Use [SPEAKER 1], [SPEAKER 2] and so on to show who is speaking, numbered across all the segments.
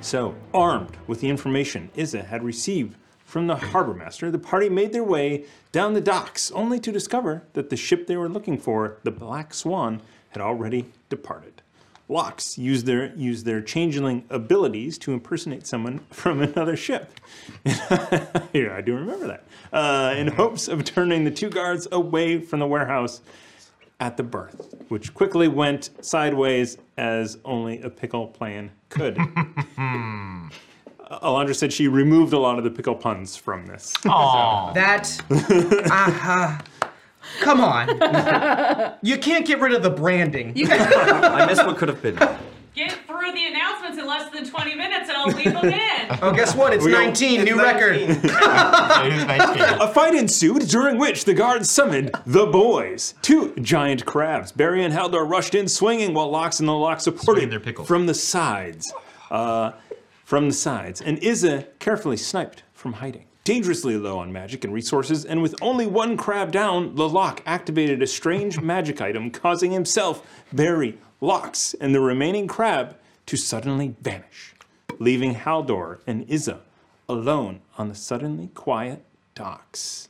[SPEAKER 1] So, armed with the information Izza had received from the harbor master, the party made their way down the docks, only to discover that the ship they were looking for, the Black Swan, had already departed. Locks used their used their changeling abilities to impersonate someone from another ship. yeah, I do remember that. Uh, in hopes of turning the two guards away from the warehouse at the berth, which quickly went sideways as only a pickle plan could. Alondra said Oh, she removed a lot of the pickle puns from this.
[SPEAKER 2] That. Aha. Come on. you can't get rid of the branding.
[SPEAKER 3] I miss what could have been.
[SPEAKER 4] Get through the announcements in less than 20 minutes and I'll leave them in.
[SPEAKER 2] oh, guess what? It's 19, new record.
[SPEAKER 1] A fight ensued, during which the guards summoned the boys, two giant crabs. Barry and Haldor rushed in swinging, while Lox and the Lock supported
[SPEAKER 5] their pickle.
[SPEAKER 1] from the sides. Uh, from the sides, and Izza carefully sniped from hiding. Dangerously low on magic and resources, and with only one crab down, the Lock activated a strange magic item, causing himself, Barry, Lox, and the remaining crab to suddenly vanish, leaving Haldor and Izza alone on the suddenly quiet docks.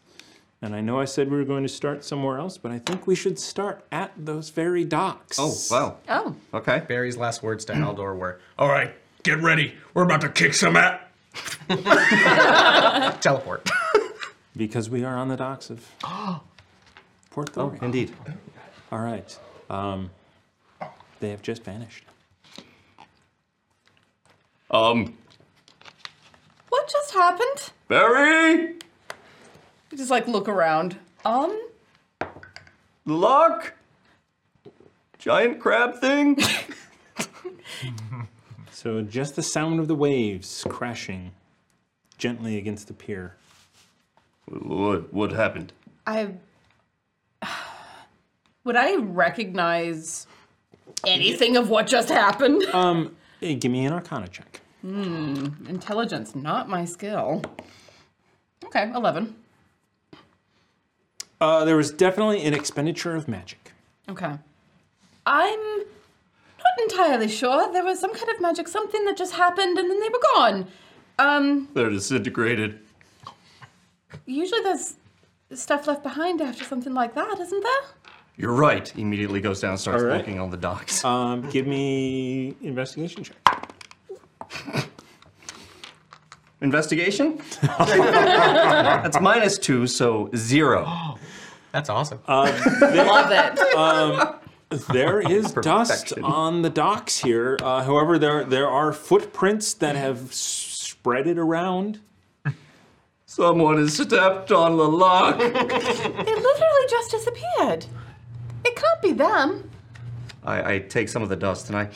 [SPEAKER 1] And I know I said we were going to start somewhere else, but I think we should start at those very docks.
[SPEAKER 5] Oh, wow.
[SPEAKER 4] Oh.
[SPEAKER 5] Okay.
[SPEAKER 2] Barry's last words to Haldor were
[SPEAKER 6] All right, get ready. We're about to kick some ass.
[SPEAKER 2] teleport.
[SPEAKER 1] Because we are on the docks of Port Thoria.
[SPEAKER 3] Indeed.
[SPEAKER 1] All right. Um, they have just vanished.
[SPEAKER 3] Um,
[SPEAKER 7] What just happened?
[SPEAKER 3] Barry?
[SPEAKER 7] I just like look around. Um,
[SPEAKER 3] Luck? Giant crab thing?
[SPEAKER 1] So just the sound of the waves crashing gently against the pier.
[SPEAKER 3] what, what happened?
[SPEAKER 7] I would I recognize anything of what just happened?
[SPEAKER 1] Hey, give me an Arcana check.
[SPEAKER 7] Intelligence, not my skill. Okay, eleven.
[SPEAKER 1] Uh, there was definitely an expenditure of magic.
[SPEAKER 7] Okay, I'm not entirely sure. There was some kind of magic, something that just happened, and then they were gone. Um,
[SPEAKER 3] They're disintegrated.
[SPEAKER 7] usually there's stuff left behind after something like that, isn't there?
[SPEAKER 3] You're right. Immediately goes down and starts
[SPEAKER 1] All right.
[SPEAKER 3] looking on the docks.
[SPEAKER 1] Um, give me investigation check.
[SPEAKER 3] Investigation? That's minus two, so zero.
[SPEAKER 2] That's awesome.
[SPEAKER 8] Uh,
[SPEAKER 7] Love it.
[SPEAKER 1] There is dust on the docks here. Uh, however, there there are footprints that have spread it around.
[SPEAKER 3] Someone has stepped on the lock.
[SPEAKER 7] They literally just disappeared. It can't be them.
[SPEAKER 3] I, I take some of the dust and I.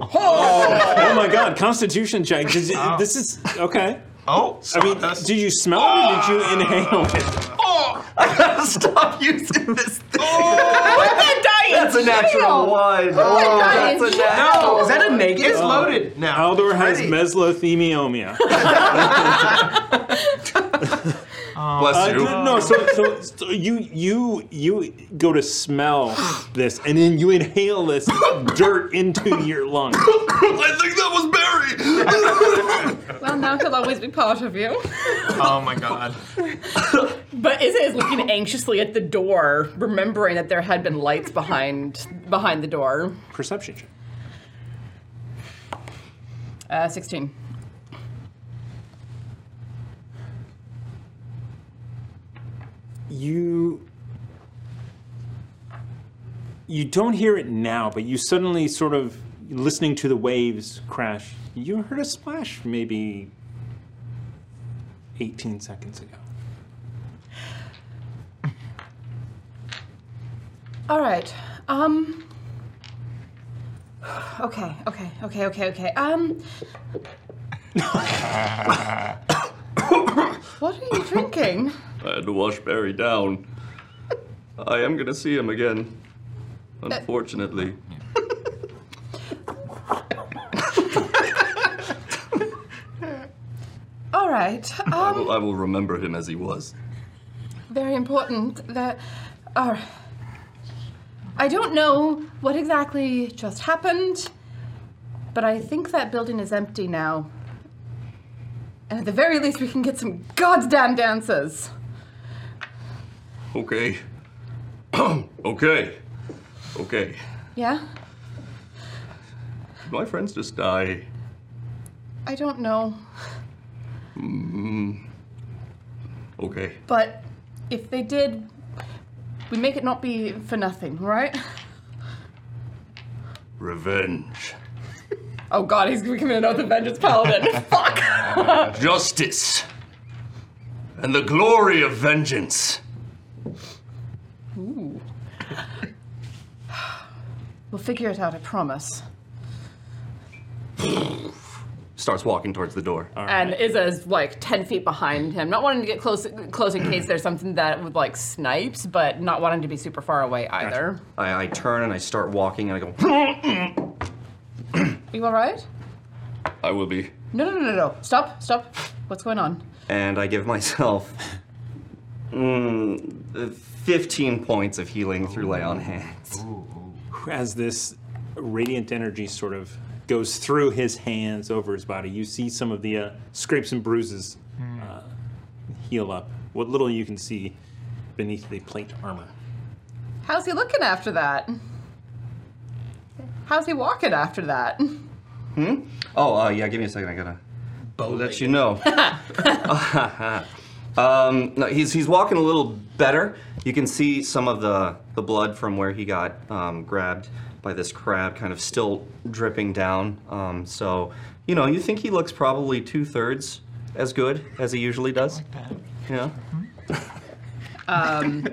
[SPEAKER 1] Oh my God! Constitution check. Did you- This is okay.
[SPEAKER 3] Oh,
[SPEAKER 1] I mean, uh, Ah! did you smell it or did you inhale it?
[SPEAKER 3] Oh! I gotta stop using this thing.
[SPEAKER 7] What the dying
[SPEAKER 3] That's a natural
[SPEAKER 7] hell?
[SPEAKER 3] one.
[SPEAKER 7] What the dying
[SPEAKER 3] that's a natural.
[SPEAKER 7] hell? No, is that a naked- It's
[SPEAKER 8] loaded
[SPEAKER 1] now. Aldor has meslothemiomia.
[SPEAKER 3] Oh, Bless
[SPEAKER 1] Uh,
[SPEAKER 3] you.
[SPEAKER 1] no, so, so, so you you you go to smell this, and then you inhale this dirt into your lungs.
[SPEAKER 3] I think that was Barry.
[SPEAKER 7] Well, now he'll always be part of you.
[SPEAKER 9] Oh my god.
[SPEAKER 7] But Izzy is looking anxiously at the door, remembering that there had been lights behind behind the door.
[SPEAKER 1] Perception check.
[SPEAKER 7] Uh, 16.
[SPEAKER 1] You you don't hear it now, but you suddenly sort of listening to the waves crash. You heard a splash maybe 18 seconds ago.
[SPEAKER 7] All right. Um. Okay. Okay. Okay. Okay. Okay. Um.
[SPEAKER 3] I
[SPEAKER 7] What are you drinking?
[SPEAKER 3] had to wash Barry down. I am gonna see him again. Unfortunately.
[SPEAKER 7] All right.
[SPEAKER 3] I,
[SPEAKER 7] Um.
[SPEAKER 3] will, I will remember him as he was.
[SPEAKER 7] Very important that. All right. I don't know what exactly just happened, but I think that building is empty now. And at the very least, we can get some goddamn dancers.
[SPEAKER 3] Okay. okay. Okay.
[SPEAKER 7] Yeah?
[SPEAKER 3] Did my friends just die?
[SPEAKER 7] I don't know.
[SPEAKER 3] Mm. Okay.
[SPEAKER 7] But if they did, we make it not be for nothing, right?
[SPEAKER 3] Revenge.
[SPEAKER 7] Oh god, he's becoming another Vengeance Paladin. Fuck!
[SPEAKER 3] Justice. And the glory of vengeance.
[SPEAKER 7] Ooh. We'll figure it out, I promise.
[SPEAKER 3] Starts walking towards the door.
[SPEAKER 7] And Izza's like ten feet behind him, not wanting to get close, close in case there's something that would like snipes, but not wanting to be super far away either.
[SPEAKER 3] I, I turn and I start walking and I go,
[SPEAKER 7] You all right?
[SPEAKER 3] I will be.
[SPEAKER 7] No, no, no, no, no! Stop, stop! What's going on?
[SPEAKER 3] And I give myself mm, 15 points of healing through lay on hands.
[SPEAKER 1] as this radiant energy sort of goes through his hands over his body, you see some of the uh, scrapes and bruises uh, heal up. What little you can see beneath the plate armor.
[SPEAKER 7] How's he looking after that? How's he walking after that?
[SPEAKER 3] Hmm? Oh, uh, yeah, give me a second. I gotta let you know. um, no, he's, he's walking a little better. You can see some of the, the blood from where he got um, grabbed by this crab kind of still dripping down. Um, so, you know, you think he looks probably two thirds as good as he usually does. Yeah.
[SPEAKER 7] um,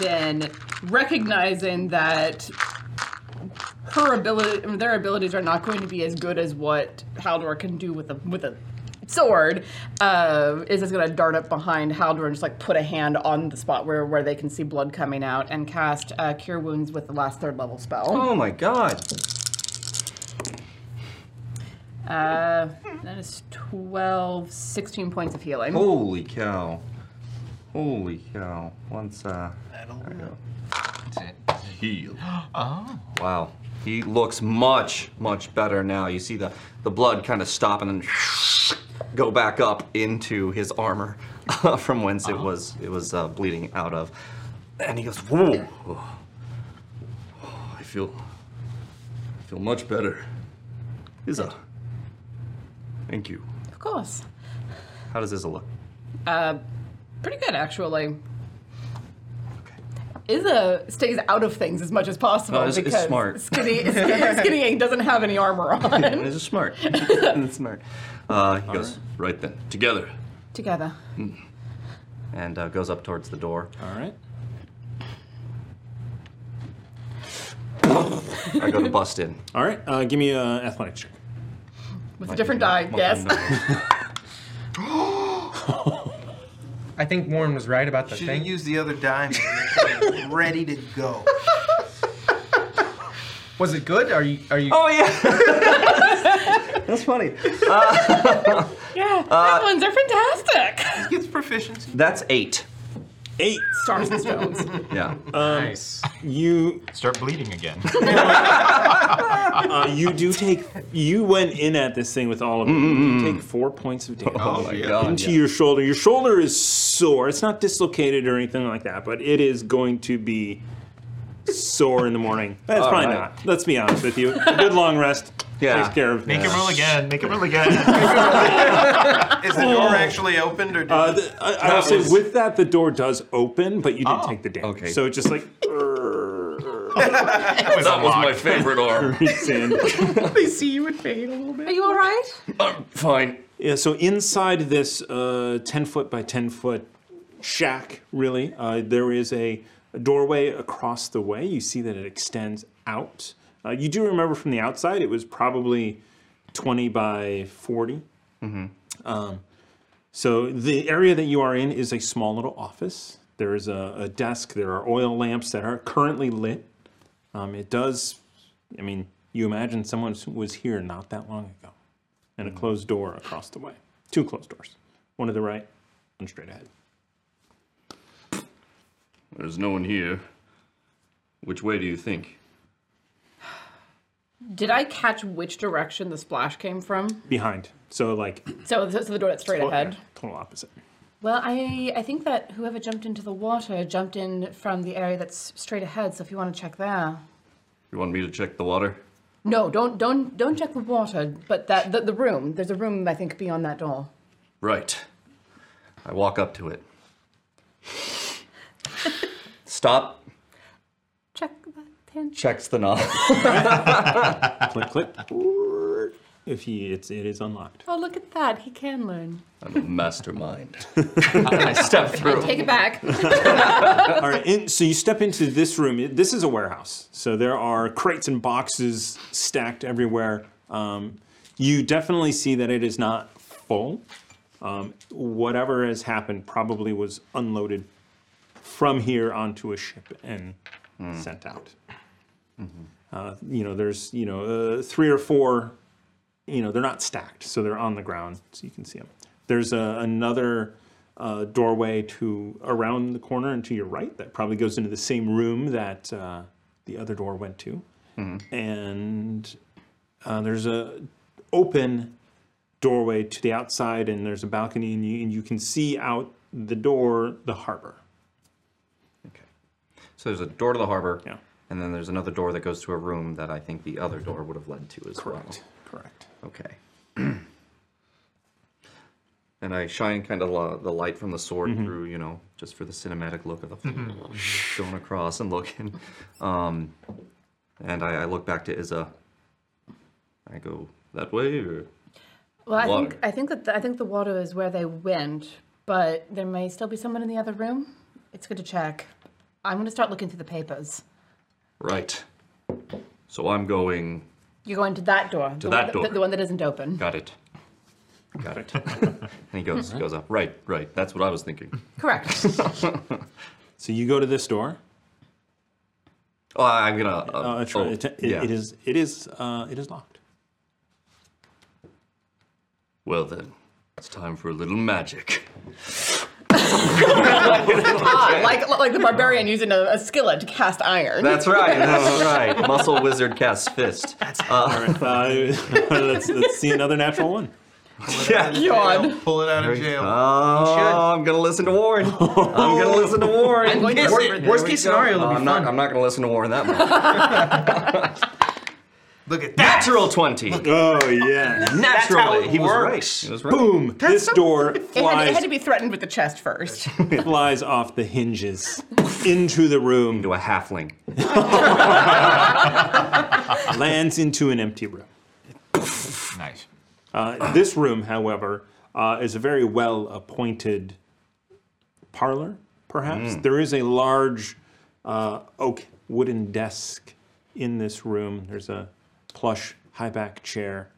[SPEAKER 7] then recognizing that her ability, their abilities are not going to be as good as what Haldor can do with a with a sword, uh, is just going to dart up behind Haldor and just like put a hand on the spot where where they can see blood coming out and cast uh, Cure Wounds with the last third level spell.
[SPEAKER 3] Oh my god.
[SPEAKER 7] Uh, that is 12, 16 points of healing.
[SPEAKER 3] Holy cow. Holy cow. Once, uh. there we go. Heal.
[SPEAKER 10] Oh.
[SPEAKER 3] Wow. He looks much, much better now. You see the, the blood kind of stop and then go back up into his armor from whence it was it was uh, bleeding out of. And he goes, Whoa. I feel I feel much better. Izza. Thank you.
[SPEAKER 7] Of course.
[SPEAKER 3] How does Izza look?
[SPEAKER 7] Uh, pretty good actually. Iza stays out of things as much as possible
[SPEAKER 3] No, Oh, it's- it's
[SPEAKER 7] because
[SPEAKER 3] smart.
[SPEAKER 7] Skinny, skinny, skinny Ink doesn't have any armor on.
[SPEAKER 3] This is smart. This is smart. Uh, he goes, right. then, together.
[SPEAKER 7] Together.
[SPEAKER 3] and uh, goes up towards the door.
[SPEAKER 1] All right.
[SPEAKER 3] I go to bust in.
[SPEAKER 1] All right, uh, give me an athletics check.
[SPEAKER 7] With a different die, yes.
[SPEAKER 8] I think Warren was right about the
[SPEAKER 11] Should
[SPEAKER 8] thing.
[SPEAKER 11] use the other dime. ready to go.
[SPEAKER 8] Was it good? Are you? Are you?
[SPEAKER 3] Oh yeah. That's funny.
[SPEAKER 7] yeah, that
[SPEAKER 3] Uh,
[SPEAKER 7] ones are fantastic.
[SPEAKER 11] Gets proficiency.
[SPEAKER 3] That's eight.
[SPEAKER 1] Eight.
[SPEAKER 7] Stars and stones.
[SPEAKER 3] Yeah.
[SPEAKER 1] nice. You
[SPEAKER 12] start bleeding again.
[SPEAKER 1] uh, you do take. You went in at this thing with all of it. You take four points of damage
[SPEAKER 3] Mm-hmm. Oh, my God,
[SPEAKER 1] into
[SPEAKER 3] yeah.
[SPEAKER 1] your shoulder. Your shoulder is sore. It's not dislocated or anything like that, but it is going to be sore in the morning. It's
[SPEAKER 12] All
[SPEAKER 1] probably
[SPEAKER 12] right.
[SPEAKER 1] not. Let's be honest with you. A good long rest
[SPEAKER 3] Yeah.
[SPEAKER 1] takes care of.
[SPEAKER 12] Make it roll again. Make it roll again.
[SPEAKER 11] Is the door
[SPEAKER 3] Oh.
[SPEAKER 11] actually opened or did
[SPEAKER 1] Uh, the, I, I would say with that, the door does open, but you did
[SPEAKER 12] Oh.
[SPEAKER 1] take the damage.
[SPEAKER 3] okay.
[SPEAKER 1] So it's just like.
[SPEAKER 3] that was my favorite arm.
[SPEAKER 1] It's in.
[SPEAKER 7] they see you and fade a little bit. Are you all right?
[SPEAKER 3] Fine.
[SPEAKER 1] Yeah, so inside this uh, 10 foot by 10 foot shack, really, uh, there is a, a doorway across the way. You see that it extends out. Uh, you do remember from the outside, it was probably 20 by 40. Um, so the area that you are in is a small little office. There is a, a desk. There are oil lamps that are currently lit. Um, it does, I mean, you imagine someone was here not that long ago, and a
[SPEAKER 7] Mm.
[SPEAKER 1] closed door across the way. Two closed doors, one to the right, one straight ahead.
[SPEAKER 3] There's no one here. Which way do you think?
[SPEAKER 7] Did I catch which direction the splash came from?
[SPEAKER 1] Behind, so like
[SPEAKER 7] So, so the door that's straight
[SPEAKER 1] total-
[SPEAKER 7] ahead.
[SPEAKER 1] yeah, total opposite.
[SPEAKER 7] Well, I I think that whoever jumped into the water jumped in from the area that's straight ahead. So if you want to check there,
[SPEAKER 3] You want me to check the water?
[SPEAKER 7] no, don't don't don't check the water, but that the, the room. There's a room I think beyond that door.
[SPEAKER 3] Right. I walk up to it. Stop.
[SPEAKER 7] Check that pin.
[SPEAKER 3] Checks the knob.
[SPEAKER 1] click, click. If he, it's it is unlocked.
[SPEAKER 7] Oh, look at that! He can learn.
[SPEAKER 3] I'm a mastermind. I step through.
[SPEAKER 7] Take it back.
[SPEAKER 1] All right, in, so you step into this room. It- This is a warehouse, so there are crates and boxes stacked everywhere. Um, you definitely see that it is not full. Um, whatever has happened probably was unloaded from here onto a ship and sent out. Uh, you know, there's you know uh, three or four. You know, they're not stacked, so they're on the ground, so you can see them. There's a, another uh, doorway to around the corner and to your right that probably goes into the same room that uh, the other door went to,
[SPEAKER 3] Mm-hmm.
[SPEAKER 1] and uh, there's a open doorway to the outside, and there's a balcony, and you, and you can see out the door the harbor.
[SPEAKER 3] So there's a door to the harbor. Yeah. And then there's another door that goes to a room that I think the other door would have led to as well.
[SPEAKER 1] Correct.
[SPEAKER 3] Okay. and I shine kind of la- the light from the sword
[SPEAKER 1] Mhm.
[SPEAKER 3] through, you know, just for the cinematic look of the going across and looking. Um, and I, I look back to Iza. I go that way, or
[SPEAKER 7] Well, I
[SPEAKER 3] Water.
[SPEAKER 7] think I think that the, I think the water is where they went, but there may still be someone in the other room. It's good to check. I'm going to start looking through the papers.
[SPEAKER 3] right. So I'm going.
[SPEAKER 7] You're going to that door.
[SPEAKER 3] To
[SPEAKER 7] the
[SPEAKER 3] that
[SPEAKER 7] one the-
[SPEAKER 3] door.
[SPEAKER 7] The, one that isn't open.
[SPEAKER 3] Got it. Got it. and he goes goes up. Right, right. That's what I was thinking.
[SPEAKER 7] Correct.
[SPEAKER 1] So you go to this door.
[SPEAKER 3] Oh, I'm gonna. Uh,
[SPEAKER 1] Uh, try-
[SPEAKER 3] oh,
[SPEAKER 1] it, it-
[SPEAKER 3] yeah.
[SPEAKER 1] it is it is uh, it is locked.
[SPEAKER 3] Well then, it's time for a little magic.
[SPEAKER 7] ah, like like the barbarian using a, a skillet to cast iron.
[SPEAKER 3] That's right. That's right. Muscle wizard casts fist.
[SPEAKER 1] Uh, let's, let's see another natural one.
[SPEAKER 3] Yeah.
[SPEAKER 7] Yawn.
[SPEAKER 11] Pull it out of jail.
[SPEAKER 3] Oh, I'm gonna listen to Warren. I'm gonna listen to Warren.
[SPEAKER 11] I'm going to
[SPEAKER 3] Wor-
[SPEAKER 11] whisper there. There we go.
[SPEAKER 3] it'll be I'm not. I'm not gonna listen to Warren that much.
[SPEAKER 11] Look at
[SPEAKER 3] Natural twenty.
[SPEAKER 1] Oh yeah.
[SPEAKER 3] Naturally,
[SPEAKER 7] how it
[SPEAKER 3] he was
[SPEAKER 7] works.
[SPEAKER 3] right. He was right.
[SPEAKER 1] Boom! this door
[SPEAKER 7] It had, to, it
[SPEAKER 1] flies
[SPEAKER 7] had to be threatened with the chest first.
[SPEAKER 1] flies off the hinges into the room. Into
[SPEAKER 3] a halfling.
[SPEAKER 1] Lands into an empty room.
[SPEAKER 12] nice.
[SPEAKER 1] Uh, this room, however, uh, is a very well appointed parlor, perhaps.
[SPEAKER 9] Mm.
[SPEAKER 1] There is a large uh, oak wooden desk in this room. There's a plush high back chair.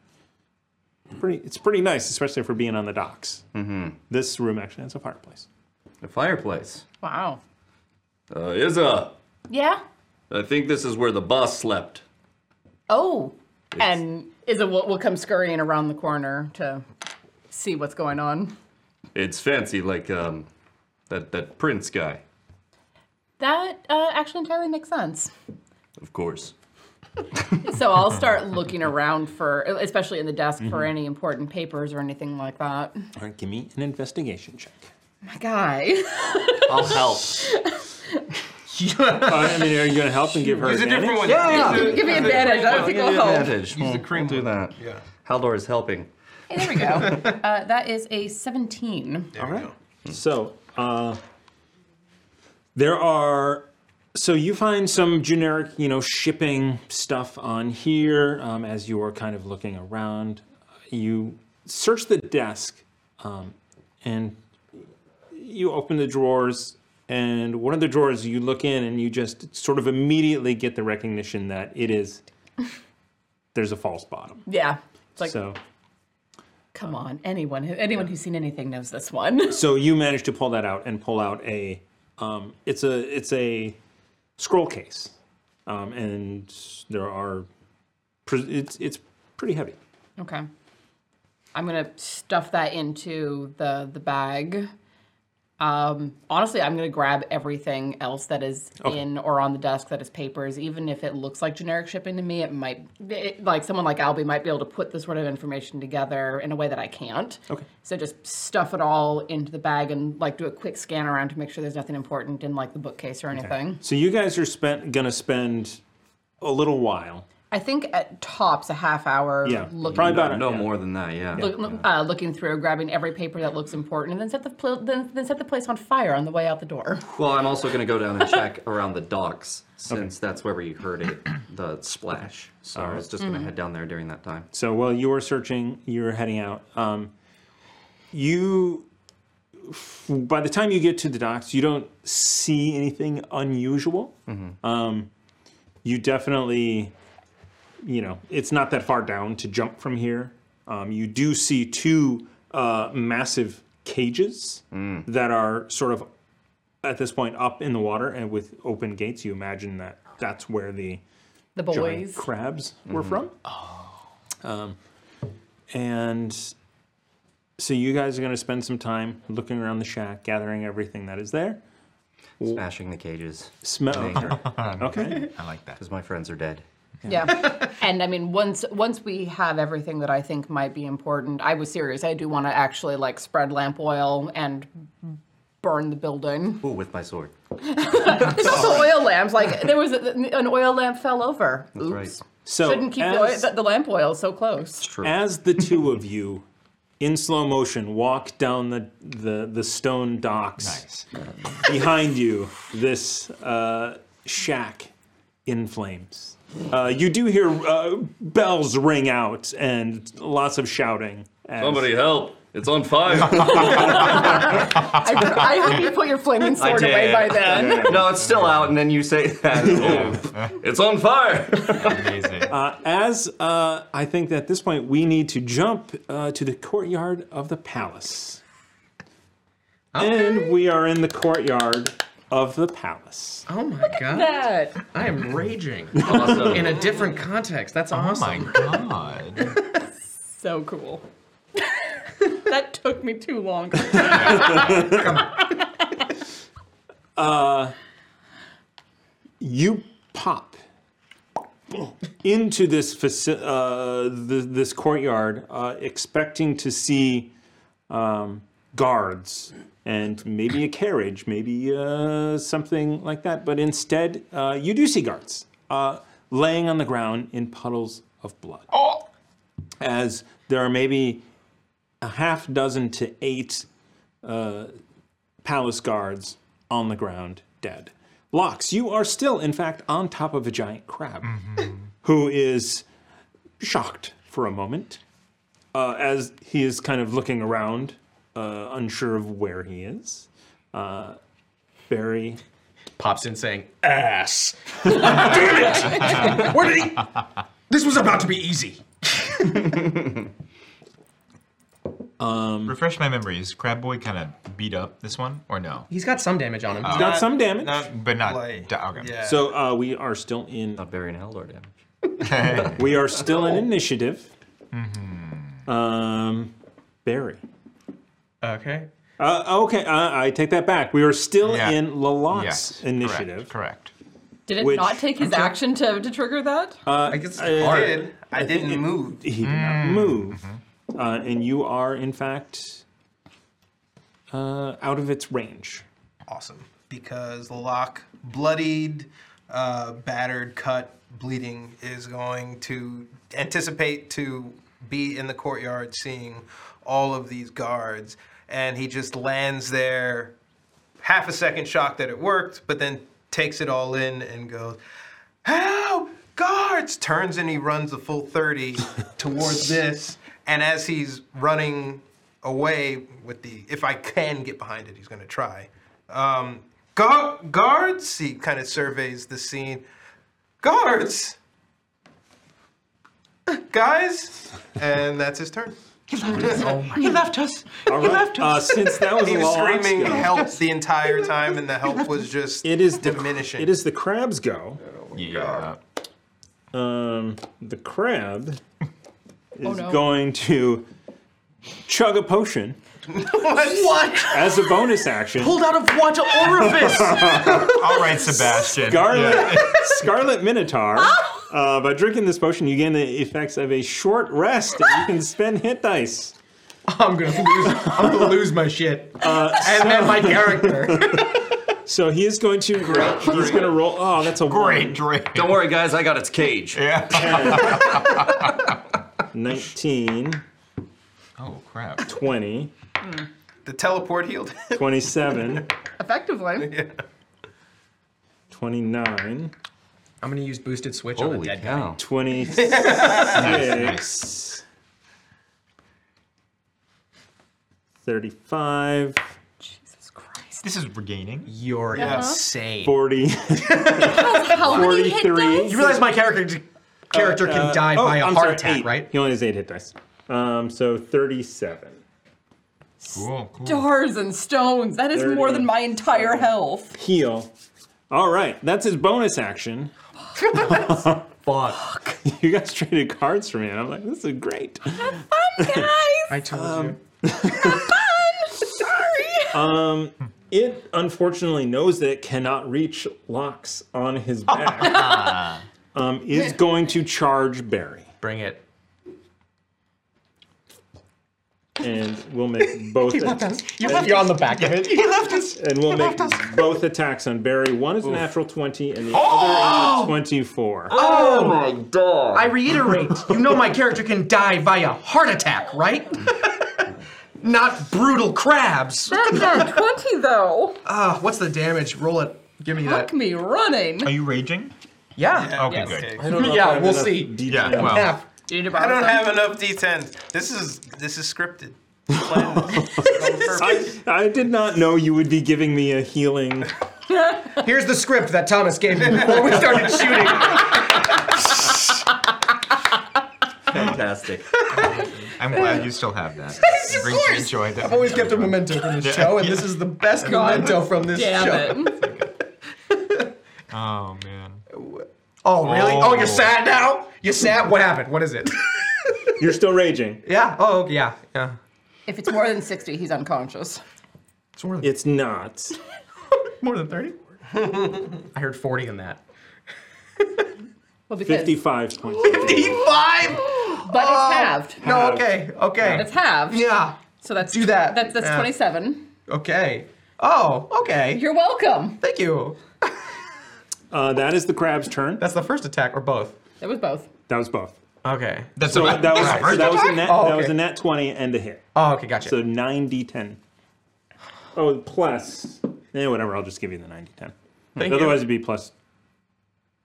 [SPEAKER 1] Pretty, it's pretty nice, especially for being on the docks.
[SPEAKER 3] Mm-hmm.
[SPEAKER 1] This room actually has a fireplace.
[SPEAKER 3] A fireplace.
[SPEAKER 7] Wow.
[SPEAKER 3] Uh, Izza,
[SPEAKER 7] Yeah.
[SPEAKER 3] I think this is where the boss slept.
[SPEAKER 7] Oh. And Izza will, will come scurrying around the corner to see what's going on.
[SPEAKER 3] It's fancy, like um, that that prince guy,
[SPEAKER 7] That uh, actually entirely makes sense.
[SPEAKER 3] of course.
[SPEAKER 7] So I'll start looking around for, especially in the desk, for
[SPEAKER 1] Mhm.
[SPEAKER 7] any important papers or anything like that.
[SPEAKER 1] All right, give me an investigation check.
[SPEAKER 7] My guy.
[SPEAKER 1] I'll help. I mean, are you going to help and give her
[SPEAKER 3] Use a
[SPEAKER 1] advantage?
[SPEAKER 3] different one. Yeah. Use a-
[SPEAKER 7] Give me
[SPEAKER 3] Yeah,
[SPEAKER 7] advantage. I don't think it'll help.
[SPEAKER 3] Advantage. He's the cream. Do that. Yeah. Haldor is helping.
[SPEAKER 7] Hey, there we go. Uh, that is a 17.
[SPEAKER 1] All right. So uh, there are. So you find some generic, you know, shipping stuff on here um, as you are kind of looking around. You search the desk, um, and you open the drawers. And one of the drawers, you look in, and you just sort of immediately get the recognition that it is. There's a false bottom.
[SPEAKER 7] Yeah. It's like,
[SPEAKER 1] so
[SPEAKER 7] come on. Anyone, who- anyone who's seen anything knows this one.
[SPEAKER 1] so you managed to pull that out and pull out a um, it's a it's a scroll case um, and there are pre- it's it's pretty heavy
[SPEAKER 7] Okay. I'm gonna stuff that into the the bag. Um, honestly, I'm gonna grab everything else that is
[SPEAKER 1] Okay.
[SPEAKER 7] in or on the desk that is papers, even if it looks like generic shipping to me. It might, it, like someone like Albie might be able to put this sort of information together in a way that I can't.
[SPEAKER 1] Okay.
[SPEAKER 7] So just stuff it all into the bag and like do a quick scan around to make sure there's nothing important in like the bookcase or anything.
[SPEAKER 1] so you guys are spent gonna spend a little while
[SPEAKER 7] I think at tops a half hour.
[SPEAKER 1] yeah
[SPEAKER 7] Looking
[SPEAKER 3] no more than that. Yeah.
[SPEAKER 7] Look, look- Uh, looking through, grabbing every paper that looks important, and then set the pl- then, then set the place on fire on the way out the door.
[SPEAKER 3] Well, I'm also going to go down and check around the docks since that's where we heard it, the splash. So I was just going to
[SPEAKER 7] Mhm.
[SPEAKER 3] head down there during that time.
[SPEAKER 1] So while you were searching, you were heading out. Um, you, f- by the time you get to the docks, you don't see anything unusual. Um, you definitely, you know, it's not that far down to jump from here. Um, you do see two uh, massive cages that are sort of at this point up in the water and with open gates. You imagine that that's where the
[SPEAKER 7] The
[SPEAKER 1] giant
[SPEAKER 7] boys.
[SPEAKER 1] crabs were
[SPEAKER 7] Mhm.
[SPEAKER 1] from. Um, and so you guys are going to spend some time looking around the shack, gathering everything that is there.
[SPEAKER 3] Smashing the cages.
[SPEAKER 1] Smell.
[SPEAKER 3] In anger.
[SPEAKER 1] okay.
[SPEAKER 3] I like that. Because my friends are dead.
[SPEAKER 7] Yeah, and I mean once once we have everything that I think might be important, I was serious. I do want to actually like spread lamp oil and burn the building.
[SPEAKER 3] Ooh, with my sword.
[SPEAKER 7] There's also oil lamps. Like there was a, an oil lamp fell over.
[SPEAKER 3] That's right.
[SPEAKER 1] So
[SPEAKER 7] Shouldn't keep the, oil,
[SPEAKER 1] as,
[SPEAKER 7] the, the lamp oil so close.
[SPEAKER 1] as the two of you, in slow motion, walk down the the, the stone docks. Behind you, this uh, shack in flames. Uh, you do hear uh, bells ring out and lots of shouting. as-
[SPEAKER 3] Somebody help. It's on fire.
[SPEAKER 7] I, I hope you put your flaming sword away by then.
[SPEAKER 3] no, it's still out, and then you say that. Oh, it's on fire.
[SPEAKER 1] Uh, as uh, I think that at this point we need to jump uh, to the courtyard of the palace. And we are in the courtyard of the palace.
[SPEAKER 8] Oh my god.
[SPEAKER 7] That.
[SPEAKER 8] I am raging.
[SPEAKER 1] Awesome.
[SPEAKER 8] In a different context. That's awesome. Oh my god.
[SPEAKER 7] So cool. that took me too long.
[SPEAKER 1] Uh, you pop into this faci- uh, th- this courtyard, uh, expecting to see um, guards and maybe a carriage, maybe uh, something like that. But instead, uh, you do see guards uh, laying on the ground in puddles of blood. As there are maybe a half dozen to eight uh, palace guards on the ground, dead. Locks, you are still, in fact, on top of a
[SPEAKER 12] Mm-hmm.
[SPEAKER 1] giant crab who is shocked for a moment, uh, as he is kind of looking around, uh, unsure of where he is, uh, Barry
[SPEAKER 8] pops in saying,
[SPEAKER 13] Ass.
[SPEAKER 8] Damn it! Where did he? This was about to be easy.
[SPEAKER 12] Um, Refresh my memories. Crab Boy kind of beat up this one, or no?
[SPEAKER 8] He's got some damage on him.
[SPEAKER 1] Oh.
[SPEAKER 12] He's got Not- some damage.
[SPEAKER 8] Uh,
[SPEAKER 12] not- but not like- da- okay. yeah.
[SPEAKER 1] So uh, we are still in. Not
[SPEAKER 3] Barry and Haldor damage.
[SPEAKER 1] we are still in initiative.
[SPEAKER 12] Mm-hmm.
[SPEAKER 1] Um, Barry.
[SPEAKER 8] Okay.
[SPEAKER 1] Uh, okay, uh, I take that back. We are still
[SPEAKER 12] Yeah.
[SPEAKER 1] in Lalotte's
[SPEAKER 12] Yes,
[SPEAKER 1] initiative.
[SPEAKER 12] Correct.
[SPEAKER 7] Did it
[SPEAKER 1] Which-
[SPEAKER 7] not take his action to, to trigger that?
[SPEAKER 1] Uh,
[SPEAKER 7] I guess
[SPEAKER 1] uh,
[SPEAKER 7] I did.
[SPEAKER 1] I didn't move. He did
[SPEAKER 9] Mm.
[SPEAKER 1] not move.
[SPEAKER 9] Mm-hmm.
[SPEAKER 1] Uh, and you are, in fact, uh, out of its range.
[SPEAKER 9] Awesome. Because Locke, bloodied, uh, battered, cut, bleeding, is going to anticipate to be in the courtyard seeing all of these guards. And he just lands there, half a second shocked that it worked, but then takes it all in and goes, Help! Guards! Turns and he runs the full 30 towards this. And as he's running away with the, if I can get behind it, he's going to try. Um, gu- guards! He kind of surveys the scene. Guards! Guys! And that's his turn. He left us.
[SPEAKER 8] He left us.
[SPEAKER 9] All
[SPEAKER 8] He right. left us. Uh, since that was
[SPEAKER 9] he
[SPEAKER 8] a
[SPEAKER 9] was
[SPEAKER 8] long
[SPEAKER 9] screaming
[SPEAKER 8] ago.
[SPEAKER 9] help the entire time, and the help was just
[SPEAKER 1] It is
[SPEAKER 9] diminishing.
[SPEAKER 1] The, it is the crab's go. yeah. Um, the crab is
[SPEAKER 9] Oh, no.
[SPEAKER 1] going to chug a potion
[SPEAKER 8] what?
[SPEAKER 1] as a bonus action.
[SPEAKER 8] Pulled out of what orifice?
[SPEAKER 1] All right,
[SPEAKER 12] Sebastian.
[SPEAKER 1] Scarlet, Scarlet Minotaur. Uh, by drinking this potion, you gain the effects of a short rest, and you can spend hit dice.
[SPEAKER 9] I'm gonna lose. I'm gonna lose my shit
[SPEAKER 1] uh,
[SPEAKER 9] And- and my
[SPEAKER 8] character.
[SPEAKER 1] so he is going to. he's going to roll. Oh, that's a great
[SPEAKER 12] drink.
[SPEAKER 3] Don't worry, guys. I got its cage.
[SPEAKER 1] Yeah. 19.
[SPEAKER 12] Oh, crap.
[SPEAKER 1] 20.
[SPEAKER 9] Hmm. The teleport healed.
[SPEAKER 1] 27.
[SPEAKER 7] Effectively.
[SPEAKER 1] 29.
[SPEAKER 8] I'm gonna use boosted switch on a
[SPEAKER 1] Holy
[SPEAKER 8] dead
[SPEAKER 1] cow.
[SPEAKER 8] Nice,
[SPEAKER 1] 26. 35.
[SPEAKER 12] This is regaining.
[SPEAKER 8] You're
[SPEAKER 12] Uh-huh.
[SPEAKER 8] insane.
[SPEAKER 1] 40.
[SPEAKER 8] How many hit
[SPEAKER 1] 43.
[SPEAKER 8] dice? You realize my character character
[SPEAKER 12] Uh,
[SPEAKER 8] can die
[SPEAKER 12] oh,
[SPEAKER 8] by
[SPEAKER 1] a
[SPEAKER 8] a heart attack,
[SPEAKER 1] right? He only has oh, eight hit dice. Um, so 37.
[SPEAKER 12] Cool, cool.
[SPEAKER 7] Stars and stones. That is more than my entire health.
[SPEAKER 1] Heal. All right, that's his bonus action. Fuck. You guys traded cards for me, and I'm like, this is great.
[SPEAKER 8] I told you.
[SPEAKER 1] Um, it unfortunately knows that it cannot reach Locks on his back. um, is going to charge Barry.
[SPEAKER 8] Bring it.
[SPEAKER 1] And we'll make both.
[SPEAKER 8] He left us. You
[SPEAKER 1] and-
[SPEAKER 8] left You're on the back of it. He left us.
[SPEAKER 1] And we'll make both attacks on Barry. One is a natural 20, and the other is
[SPEAKER 8] Oh!
[SPEAKER 1] a 24.
[SPEAKER 8] Oh, my god. I reiterate, you know my character can die via heart attack, right? Not brutal crabs.
[SPEAKER 7] That, that 20 though.
[SPEAKER 8] Uh, what's the damage? Roll it. Give me
[SPEAKER 7] Fuck
[SPEAKER 8] that.
[SPEAKER 7] me running.
[SPEAKER 12] you raging?
[SPEAKER 8] Yeah.
[SPEAKER 12] Okay,
[SPEAKER 8] Yes.
[SPEAKER 12] good.
[SPEAKER 8] I don't know if Yeah, I have we'll enough see.
[SPEAKER 12] Yeah,
[SPEAKER 8] Yeah.
[SPEAKER 12] well,
[SPEAKER 8] Yeah.
[SPEAKER 7] Do you need to borrow
[SPEAKER 9] I don't
[SPEAKER 7] some?
[SPEAKER 9] have enough d10s. This is this is scripted.
[SPEAKER 1] I, I did not know you would be giving me a healing.
[SPEAKER 8] Here's the script that Thomas gave me before we started shooting.
[SPEAKER 3] Fantastic.
[SPEAKER 12] I'm glad you still have that.
[SPEAKER 8] Yes,
[SPEAKER 12] It
[SPEAKER 8] of
[SPEAKER 12] brings me
[SPEAKER 8] course.
[SPEAKER 12] joy that
[SPEAKER 8] I've always kept a memento from this
[SPEAKER 12] Yeah.
[SPEAKER 8] show, and this is the best memento from this show.
[SPEAKER 12] Oh man.
[SPEAKER 8] Oh, really? Oh,
[SPEAKER 12] Oh.
[SPEAKER 8] you're sad now? You're sad? What happened? What is it?
[SPEAKER 1] You're still raging.
[SPEAKER 8] Yeah. Oh, okay, yeah. Yeah.
[SPEAKER 7] If it's more than 60, he's unconscious.
[SPEAKER 8] It's more than
[SPEAKER 1] It's not.
[SPEAKER 8] more than 30. I heard 40 in that.
[SPEAKER 7] Well, because
[SPEAKER 1] 55 points. Uh,
[SPEAKER 8] Five.
[SPEAKER 7] But
[SPEAKER 8] Oh,
[SPEAKER 7] it's halved.
[SPEAKER 8] No. Okay. Okay.
[SPEAKER 7] It's halved.
[SPEAKER 8] Yeah.
[SPEAKER 7] So that's
[SPEAKER 8] Do that.
[SPEAKER 7] That's that's
[SPEAKER 8] Yeah.
[SPEAKER 7] 27.
[SPEAKER 8] Okay. Oh. Okay.
[SPEAKER 7] You're welcome.
[SPEAKER 8] Thank you.
[SPEAKER 1] Uh, that is the crab's turn.
[SPEAKER 8] That's the first attack, or both?
[SPEAKER 7] That was both.
[SPEAKER 1] That was both.
[SPEAKER 8] Okay.
[SPEAKER 1] That's so that was so that was a net
[SPEAKER 8] Oh,
[SPEAKER 1] that was
[SPEAKER 8] okay.
[SPEAKER 1] a net twenty and a hit.
[SPEAKER 8] Oh, okay, gotcha.
[SPEAKER 1] So nine d ten. Oh, plus. Eh, whatever. I'll just give you the nine d ten.
[SPEAKER 8] Thank
[SPEAKER 1] Otherwise, it'd
[SPEAKER 8] you.
[SPEAKER 1] be plus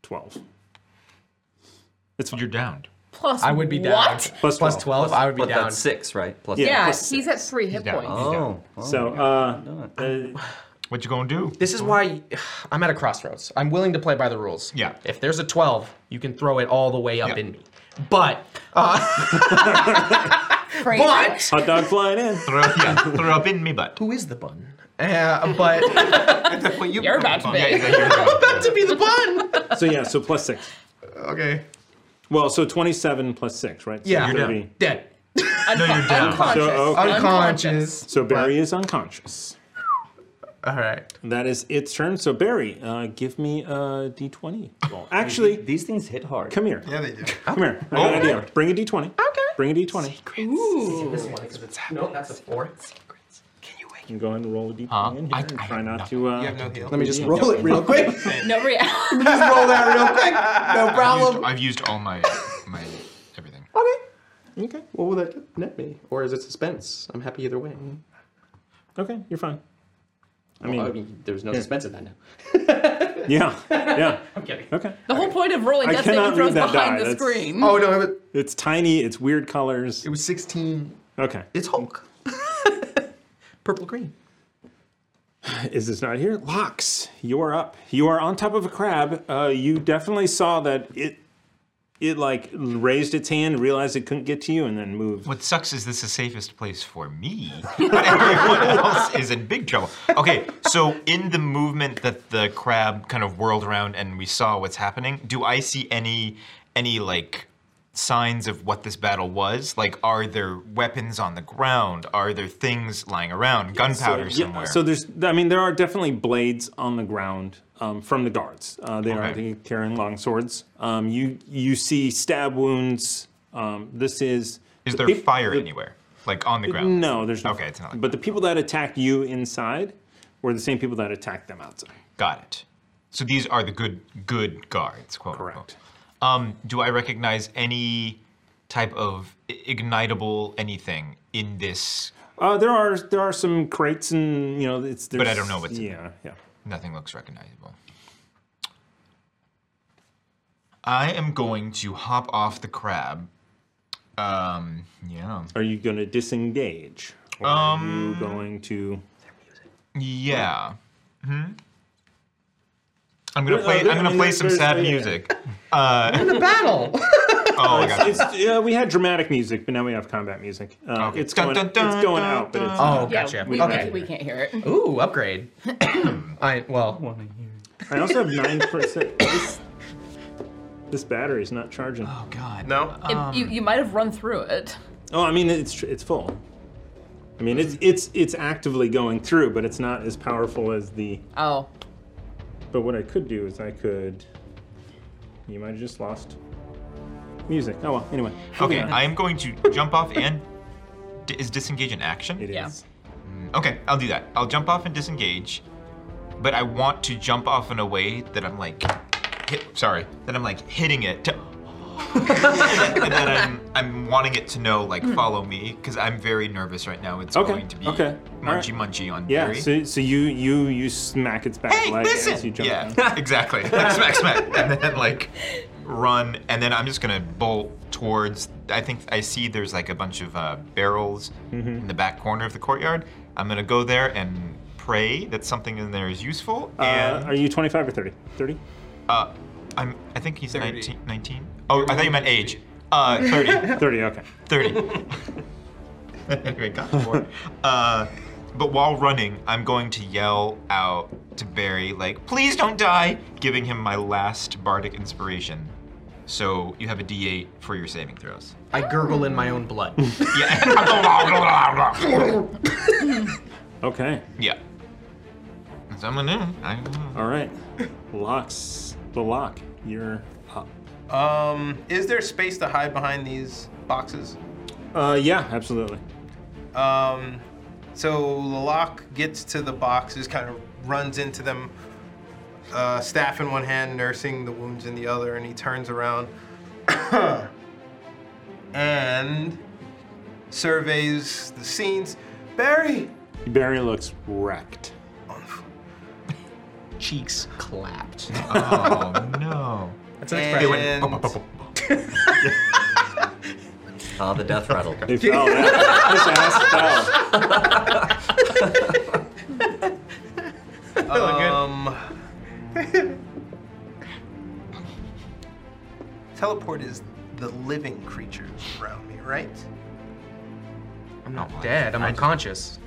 [SPEAKER 1] twelve. It's
[SPEAKER 12] You're downed.
[SPEAKER 7] Plus
[SPEAKER 8] I would be down.
[SPEAKER 7] What?
[SPEAKER 8] Plus Plus 12. 12, I would be
[SPEAKER 3] but
[SPEAKER 8] down.
[SPEAKER 3] that's six, right? Plus
[SPEAKER 7] Yeah,
[SPEAKER 3] six.
[SPEAKER 7] he's at three hit points.
[SPEAKER 3] Oh. oh.
[SPEAKER 8] So,
[SPEAKER 1] uh,
[SPEAKER 8] what you gonna do? This is why I'm at a crossroads. I'm willing to play by the rules. Yeah. If there's a 12, you can throw it all the way up in me. But
[SPEAKER 7] Oh.
[SPEAKER 8] But
[SPEAKER 1] hot dog flying in.
[SPEAKER 12] throw, yeah, throw up in me butt.
[SPEAKER 8] Who is the bun? uh, but
[SPEAKER 7] you are about to be.
[SPEAKER 1] Yeah, yeah, you're
[SPEAKER 7] I'm about to be the bun.
[SPEAKER 1] So yeah, so plus six.
[SPEAKER 8] Okay.
[SPEAKER 1] Well, so twenty-seven plus six, right? So
[SPEAKER 8] Yeah. You're
[SPEAKER 1] 30.
[SPEAKER 8] dead.
[SPEAKER 1] No, you're down.
[SPEAKER 8] Unconscious.
[SPEAKER 1] So, okay.
[SPEAKER 8] Unconscious.
[SPEAKER 1] So Barry is unconscious.
[SPEAKER 8] All right.
[SPEAKER 1] That is its turn. So Barry, uh, give me a d20. Well, actually,
[SPEAKER 3] these things hit hard.
[SPEAKER 1] Come here.
[SPEAKER 9] Yeah, they do.
[SPEAKER 1] Come here. I got an idea. Bring a d20. Okay. Bring a d20.
[SPEAKER 8] Ooh. This one, 'cause it's happening. No, that's a four.
[SPEAKER 1] And go ahead and roll a d20 in here. and try not to. Uh,
[SPEAKER 8] Let me just roll it real quick.
[SPEAKER 7] No reaction.
[SPEAKER 8] just roll that real quick. No problem.
[SPEAKER 5] I've used, I've used all my my everything.
[SPEAKER 8] Okay. What will that net me? Or is it suspense? I'm happy either way.
[SPEAKER 1] Okay, you're fine.
[SPEAKER 8] I mean, there's no suspense in that now.
[SPEAKER 1] Yeah. Yeah.
[SPEAKER 8] I'm kidding.
[SPEAKER 1] Okay.
[SPEAKER 7] The whole point of rolling
[SPEAKER 1] I
[SPEAKER 7] death saving
[SPEAKER 1] cannot
[SPEAKER 7] throws
[SPEAKER 1] read that
[SPEAKER 7] behind
[SPEAKER 1] die.
[SPEAKER 7] the
[SPEAKER 1] That's-
[SPEAKER 7] screen.
[SPEAKER 1] Oh,
[SPEAKER 8] no, but
[SPEAKER 1] It's tiny. It's weird colors. It
[SPEAKER 8] was 16.
[SPEAKER 1] Okay.
[SPEAKER 8] It's Hulk. Purple green.
[SPEAKER 1] Is this not here? Locks, you are up. You are on top of a crab. Uh, you definitely saw that it, it like raised its hand, realized it couldn't get to you, and then moved.
[SPEAKER 5] What sucks is this is the safest place for me, but everyone else is in big trouble. Okay, so in the movement that the crab kind of whirled around and we saw what's happening, do I see any any like signs of what this battle was? Like, are there weapons on the ground? Are there things lying around? Gunpowder
[SPEAKER 1] so, yeah,
[SPEAKER 5] somewhere?
[SPEAKER 1] so there's, I mean, there are definitely blades on the ground um, from the guards. Uh, they are
[SPEAKER 5] Okay.
[SPEAKER 1] they carrying long swords. Um, you you see stab wounds. Um, this is.
[SPEAKER 5] is
[SPEAKER 1] the
[SPEAKER 5] there
[SPEAKER 1] peop-
[SPEAKER 5] fire
[SPEAKER 1] the- Mm,
[SPEAKER 5] anywhere? Like on the ground?
[SPEAKER 1] No, there's no.
[SPEAKER 5] Okay, it's not. Like
[SPEAKER 1] But the people that attacked you inside were the same people that attacked them outside.
[SPEAKER 5] Got it. So these are the good good guards, quote Correct. unquote. Um, do I recognize any type of i- ignitable anything in this?
[SPEAKER 1] Uh, there are there are some crates and you know it's.
[SPEAKER 5] But I
[SPEAKER 1] there's-
[SPEAKER 5] don't know what's in
[SPEAKER 1] yeah, yeah.
[SPEAKER 5] Nothing looks recognizable. I am going to hop off the crab. Um, yeah.
[SPEAKER 1] Are you going to disengage? Or
[SPEAKER 5] Um,
[SPEAKER 1] are you going to?
[SPEAKER 5] Yeah. Hmm. I'm gonna
[SPEAKER 1] Well,
[SPEAKER 5] play.
[SPEAKER 1] uh,
[SPEAKER 5] I'm gonna
[SPEAKER 1] and
[SPEAKER 5] play
[SPEAKER 1] there's-
[SPEAKER 5] some
[SPEAKER 1] there's-
[SPEAKER 5] sad
[SPEAKER 1] yeah.
[SPEAKER 5] music. Uh,
[SPEAKER 8] In the battle.
[SPEAKER 5] oh, I got
[SPEAKER 1] It's, it's- yeah, we had dramatic music, but now we have combat music. Uh,
[SPEAKER 5] Okay.
[SPEAKER 1] It's going,
[SPEAKER 5] Dun, dun,
[SPEAKER 1] it's going
[SPEAKER 5] dun,
[SPEAKER 1] out, but it's
[SPEAKER 8] Oh,
[SPEAKER 1] not.
[SPEAKER 8] gotcha.
[SPEAKER 7] We,
[SPEAKER 8] okay.
[SPEAKER 7] can't, Um, we can't hear it.
[SPEAKER 8] Ooh, upgrade. I well.
[SPEAKER 5] Oh.
[SPEAKER 1] I also have nine percent. This, this battery's not charging. Oh
[SPEAKER 5] god.
[SPEAKER 1] No.
[SPEAKER 7] If- you, you might have run through it.
[SPEAKER 1] Oh, I mean it's tr- it's full. I mean it's it's it's actively going through, but it's not as powerful as the.
[SPEAKER 7] Oh.
[SPEAKER 1] But what I could do is I could. You might have just lost music. Oh well. Anyway.
[SPEAKER 5] Okay,
[SPEAKER 1] moving on.
[SPEAKER 5] I am going to jump off and d- is disengage an action? It
[SPEAKER 7] is.
[SPEAKER 5] Okay, I'll do that. I'll jump off and disengage, but I want to jump off in a way that I'm like, hit, sorry, that I'm like hitting it. To, and then- and then I'm, I'm wanting it to know like follow me because I'm very nervous right now. It's
[SPEAKER 1] Hmm. Okay,
[SPEAKER 5] going to be
[SPEAKER 1] okay, alright.
[SPEAKER 5] munchy munchy on
[SPEAKER 1] Yeah.
[SPEAKER 5] Barry.
[SPEAKER 1] So, so you you you smack its back leg as you jump.
[SPEAKER 5] yeah,
[SPEAKER 1] down. Uh,
[SPEAKER 5] exactly. Like smack, smack, and then like run, and then I'm just gonna bolt towards. I think I see there's like a bunch of uh, barrels
[SPEAKER 1] Mm-hmm.
[SPEAKER 5] in the back corner of the courtyard. I'm gonna go there and pray that something in there is useful.
[SPEAKER 1] Uh,
[SPEAKER 5] And
[SPEAKER 1] are you 25 or 30? 30.
[SPEAKER 5] uh, I'm. I think he's 19. 19. Oh, I thought you meant age. Uh, 30.
[SPEAKER 1] 30. Okay.
[SPEAKER 5] 30. anyway, got four. Uh, but while running, I'm going to yell out to Barry, like, please don't die, giving him my last bardic inspiration. So you have a d8 for your saving throws.
[SPEAKER 8] I gurgle in my own blood.
[SPEAKER 1] Okay.
[SPEAKER 5] Yeah. That's what I'm gonna do.
[SPEAKER 1] All right. Locks. The lock. You're up.
[SPEAKER 9] Um, is there space to hide behind these boxes?
[SPEAKER 1] Uh, yeah, absolutely.
[SPEAKER 9] Um, so Lalak gets to the boxes, kind of runs into them, uh, staff in one hand, nursing the wounds in the other, and he turns around and surveys the scenes. Barry,
[SPEAKER 1] Barry looks wrecked.
[SPEAKER 8] Cheeks clapped.
[SPEAKER 5] Oh no.
[SPEAKER 8] That's an expression.
[SPEAKER 5] They went,
[SPEAKER 3] Ah, the death rattle.
[SPEAKER 1] They fell. This ass fell.
[SPEAKER 8] uh,
[SPEAKER 9] um, teleport is the living creatures around me, right?
[SPEAKER 8] I'm not dead. I'm unconscious.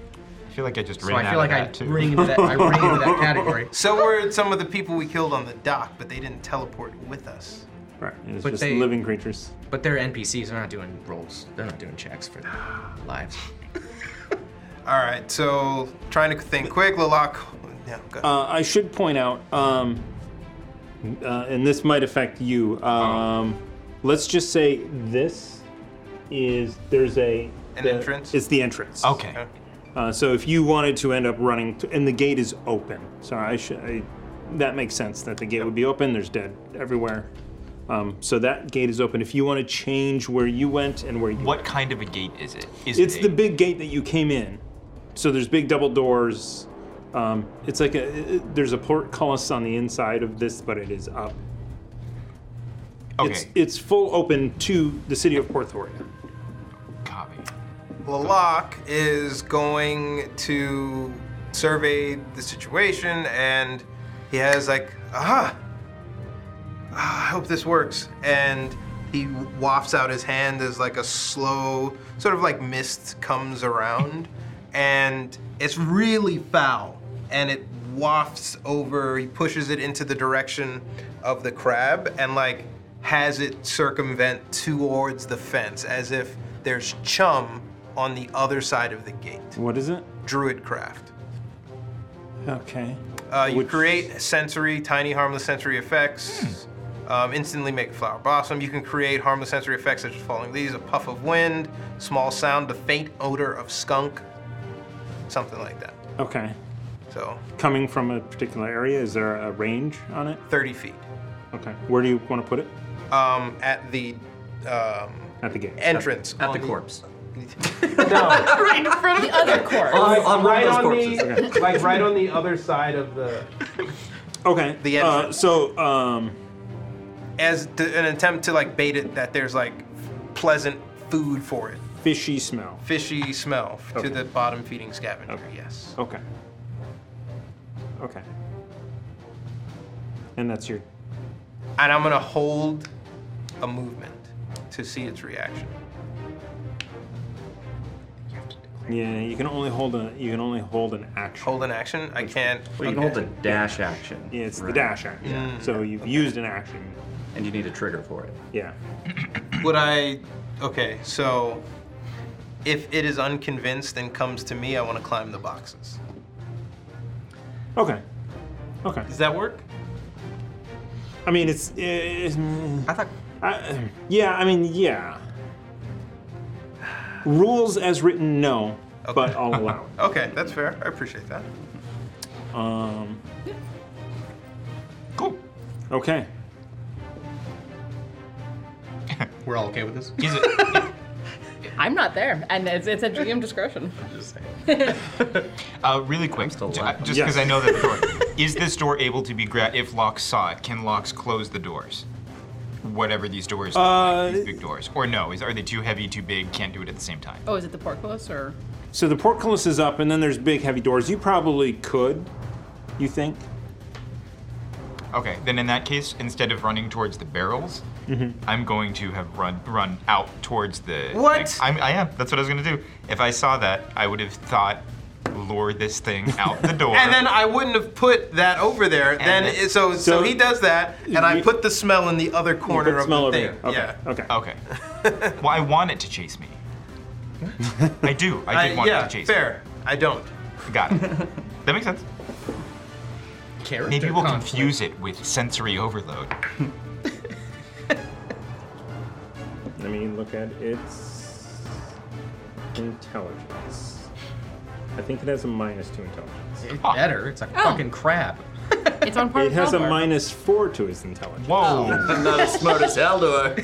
[SPEAKER 5] I feel like I just
[SPEAKER 8] so
[SPEAKER 9] ran
[SPEAKER 8] I
[SPEAKER 9] out
[SPEAKER 8] feel
[SPEAKER 9] of
[SPEAKER 8] like I
[SPEAKER 9] that, too.
[SPEAKER 8] ring into that. I ring into that category.
[SPEAKER 9] So were some of the people we killed on the dock, but they didn't teleport with us.
[SPEAKER 1] Right. It's just living creatures.
[SPEAKER 8] But they're NPCs. They're not doing rolls. They're not doing checks for their lives.
[SPEAKER 9] All right, so trying to think quick, Lilac. Yeah, go.
[SPEAKER 1] Uh, I should point out, um, uh, and this might affect you. Um, Let's just say this is there's a
[SPEAKER 9] An
[SPEAKER 1] the-
[SPEAKER 9] entrance?
[SPEAKER 1] It's the entrance.
[SPEAKER 5] Okay.
[SPEAKER 1] Uh, so if you wanted to end up running, to, and the gate is open. Sorry, I should. I, that makes sense that the gate would be open. There's dead everywhere. Um, so that gate is open. If you want to change where you went and where you
[SPEAKER 5] What kind of a gate is it? Is
[SPEAKER 1] it's
[SPEAKER 5] it
[SPEAKER 1] the big gate that you came in. So there's big double doors. Um, it's like a it- it- there's a portcullis on the inside of this, but it is up. It's,
[SPEAKER 5] Okay.
[SPEAKER 1] it's full open to the city of Porthoria.
[SPEAKER 9] Lalak is going to survey the situation and he has like, aha, Ah, I hope this works. And he wafts out his hand as like a slow, sort of like mist comes around and it's really foul and it wafts over, he pushes it into the direction of the crab and like has it circumvent towards the fence as if there's chum on the other side of the gate.
[SPEAKER 1] What is it?
[SPEAKER 9] Druidcraft.
[SPEAKER 1] Okay.
[SPEAKER 9] Uh, you create sensory, tiny harmless sensory effects. Um, instantly make a flower blossom. You can create harmless sensory effects such as falling leaves, a puff of wind, small sound, the faint odor of skunk, something like that.
[SPEAKER 1] Okay.
[SPEAKER 9] So
[SPEAKER 1] Coming from a particular area, is there a range on it?
[SPEAKER 9] 30 feet.
[SPEAKER 1] Okay. Where do you want to put it?
[SPEAKER 9] Um, at the um,
[SPEAKER 1] At the gate.
[SPEAKER 9] entrance.
[SPEAKER 1] At the
[SPEAKER 3] corpse.
[SPEAKER 9] right in front of the other corpse.
[SPEAKER 1] On- on one of those corpses. Okay.
[SPEAKER 9] like right on the other side of the.
[SPEAKER 1] Okay.
[SPEAKER 9] The
[SPEAKER 1] Uh, so, um,
[SPEAKER 9] as to, an attempt to like bait it that there's like pleasant food for it,
[SPEAKER 1] fishy smell.
[SPEAKER 9] fishy smell f-
[SPEAKER 1] Okay.
[SPEAKER 9] to the bottom feeding scavenger. Yes.
[SPEAKER 1] Okay. Okay. And that's your.
[SPEAKER 9] And I'm gonna hold a movement to see its reaction.
[SPEAKER 1] Yeah, you can only hold a. You can only hold an action.
[SPEAKER 9] Hold an action. I can't.
[SPEAKER 3] Well, you can hold a dash action.
[SPEAKER 1] Yeah, it's the
[SPEAKER 3] Right.
[SPEAKER 1] dash action.
[SPEAKER 3] Yeah.
[SPEAKER 1] So you've used an action.
[SPEAKER 3] And you need a trigger for it.
[SPEAKER 1] Yeah.
[SPEAKER 9] Would I? Okay, so if it is unconvinced and comes to me, I want to climb the boxes.
[SPEAKER 1] Okay. Okay. Does
[SPEAKER 9] that work?
[SPEAKER 1] I mean, it's. I
[SPEAKER 9] thought.
[SPEAKER 1] yeah, I mean, yeah. Rules as written, no, but I'll allow
[SPEAKER 9] Okay, that's fair. I appreciate that.
[SPEAKER 1] it. Um, cool. Okay.
[SPEAKER 8] We're all okay with this.
[SPEAKER 5] Is it?
[SPEAKER 7] I'm not there, and it's, it's at GM discretion.
[SPEAKER 5] Uh, really quick, ju- I- just because
[SPEAKER 1] Yes.
[SPEAKER 5] I know that door. is this door able to be grabbed if locks saw it? Can locks close the doors? Whatever these doors, are, these big doors, or no? Is are they too heavy, too big? Can't do it at the same time.
[SPEAKER 7] oh, is it the portcullis or?
[SPEAKER 1] So the portcullis is up, and then there's big, heavy doors. You probably could. You think?
[SPEAKER 5] Okay, then in that case, instead of running towards the barrels,
[SPEAKER 1] Mhm.
[SPEAKER 5] I'm going to have run run out towards the.
[SPEAKER 9] What?
[SPEAKER 5] next- I'm, I am. That's what I was gonna do. If I saw that, I would have thought, lure this thing out the door.
[SPEAKER 9] And then I wouldn't have put that over there. then
[SPEAKER 5] then-
[SPEAKER 9] it, so, so
[SPEAKER 5] So-
[SPEAKER 9] he does that, and I put the smell in the other corner
[SPEAKER 5] put
[SPEAKER 9] of
[SPEAKER 5] smell
[SPEAKER 9] the
[SPEAKER 5] over
[SPEAKER 9] thing.
[SPEAKER 5] here. Okay.
[SPEAKER 9] Yeah.
[SPEAKER 1] Okay.
[SPEAKER 5] Okay. well, I want it to chase me. I do. I did
[SPEAKER 9] I-
[SPEAKER 5] want
[SPEAKER 9] Uh, yeah,
[SPEAKER 5] it to chase
[SPEAKER 9] fair. me. I don't.
[SPEAKER 5] Got it. that makes sense. Maybe we'll confuse it with sensory overload.
[SPEAKER 1] Let me look at its intelligence. I think it has a minus two intelligence.
[SPEAKER 8] It better. It's a
[SPEAKER 7] Oh.
[SPEAKER 8] fucking crab.
[SPEAKER 7] It's on part
[SPEAKER 1] It
[SPEAKER 7] of
[SPEAKER 1] has a
[SPEAKER 7] Eldor.
[SPEAKER 1] minus four to its intelligence.
[SPEAKER 5] Whoa!
[SPEAKER 8] I'm not as smart as
[SPEAKER 1] Eldor.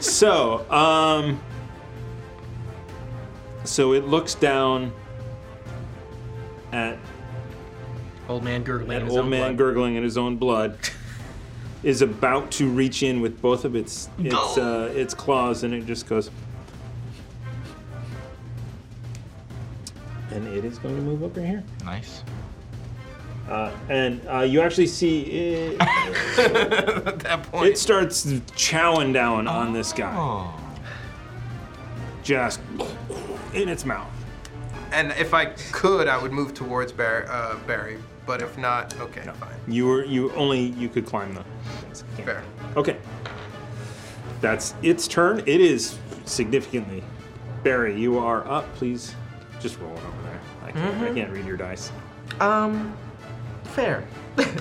[SPEAKER 1] so, um, so it looks down at
[SPEAKER 8] Old man gurgling.
[SPEAKER 1] at
[SPEAKER 8] in his
[SPEAKER 1] old
[SPEAKER 8] own
[SPEAKER 1] man
[SPEAKER 8] blood.
[SPEAKER 1] gurgling in his own blood, is about to reach in with both of its its, uh, its claws, and it just goes. And it is going to move over here.
[SPEAKER 5] Nice.
[SPEAKER 1] Uh, and uh, you actually see it. At that point, it starts chowing down on this
[SPEAKER 5] Oh.
[SPEAKER 1] guy. Just in its mouth.
[SPEAKER 9] And if I could, I would move towards Bar- uh, Barry, but if not, okay, fine.
[SPEAKER 1] You were you only you could climb the. things.
[SPEAKER 9] Fair.
[SPEAKER 1] Okay. That's its turn. It is significantly. Barry, you are up. Please just roll it over there. I can't, I
[SPEAKER 8] Mhm.
[SPEAKER 1] can't read your dice.
[SPEAKER 8] Um, fair.
[SPEAKER 5] Don't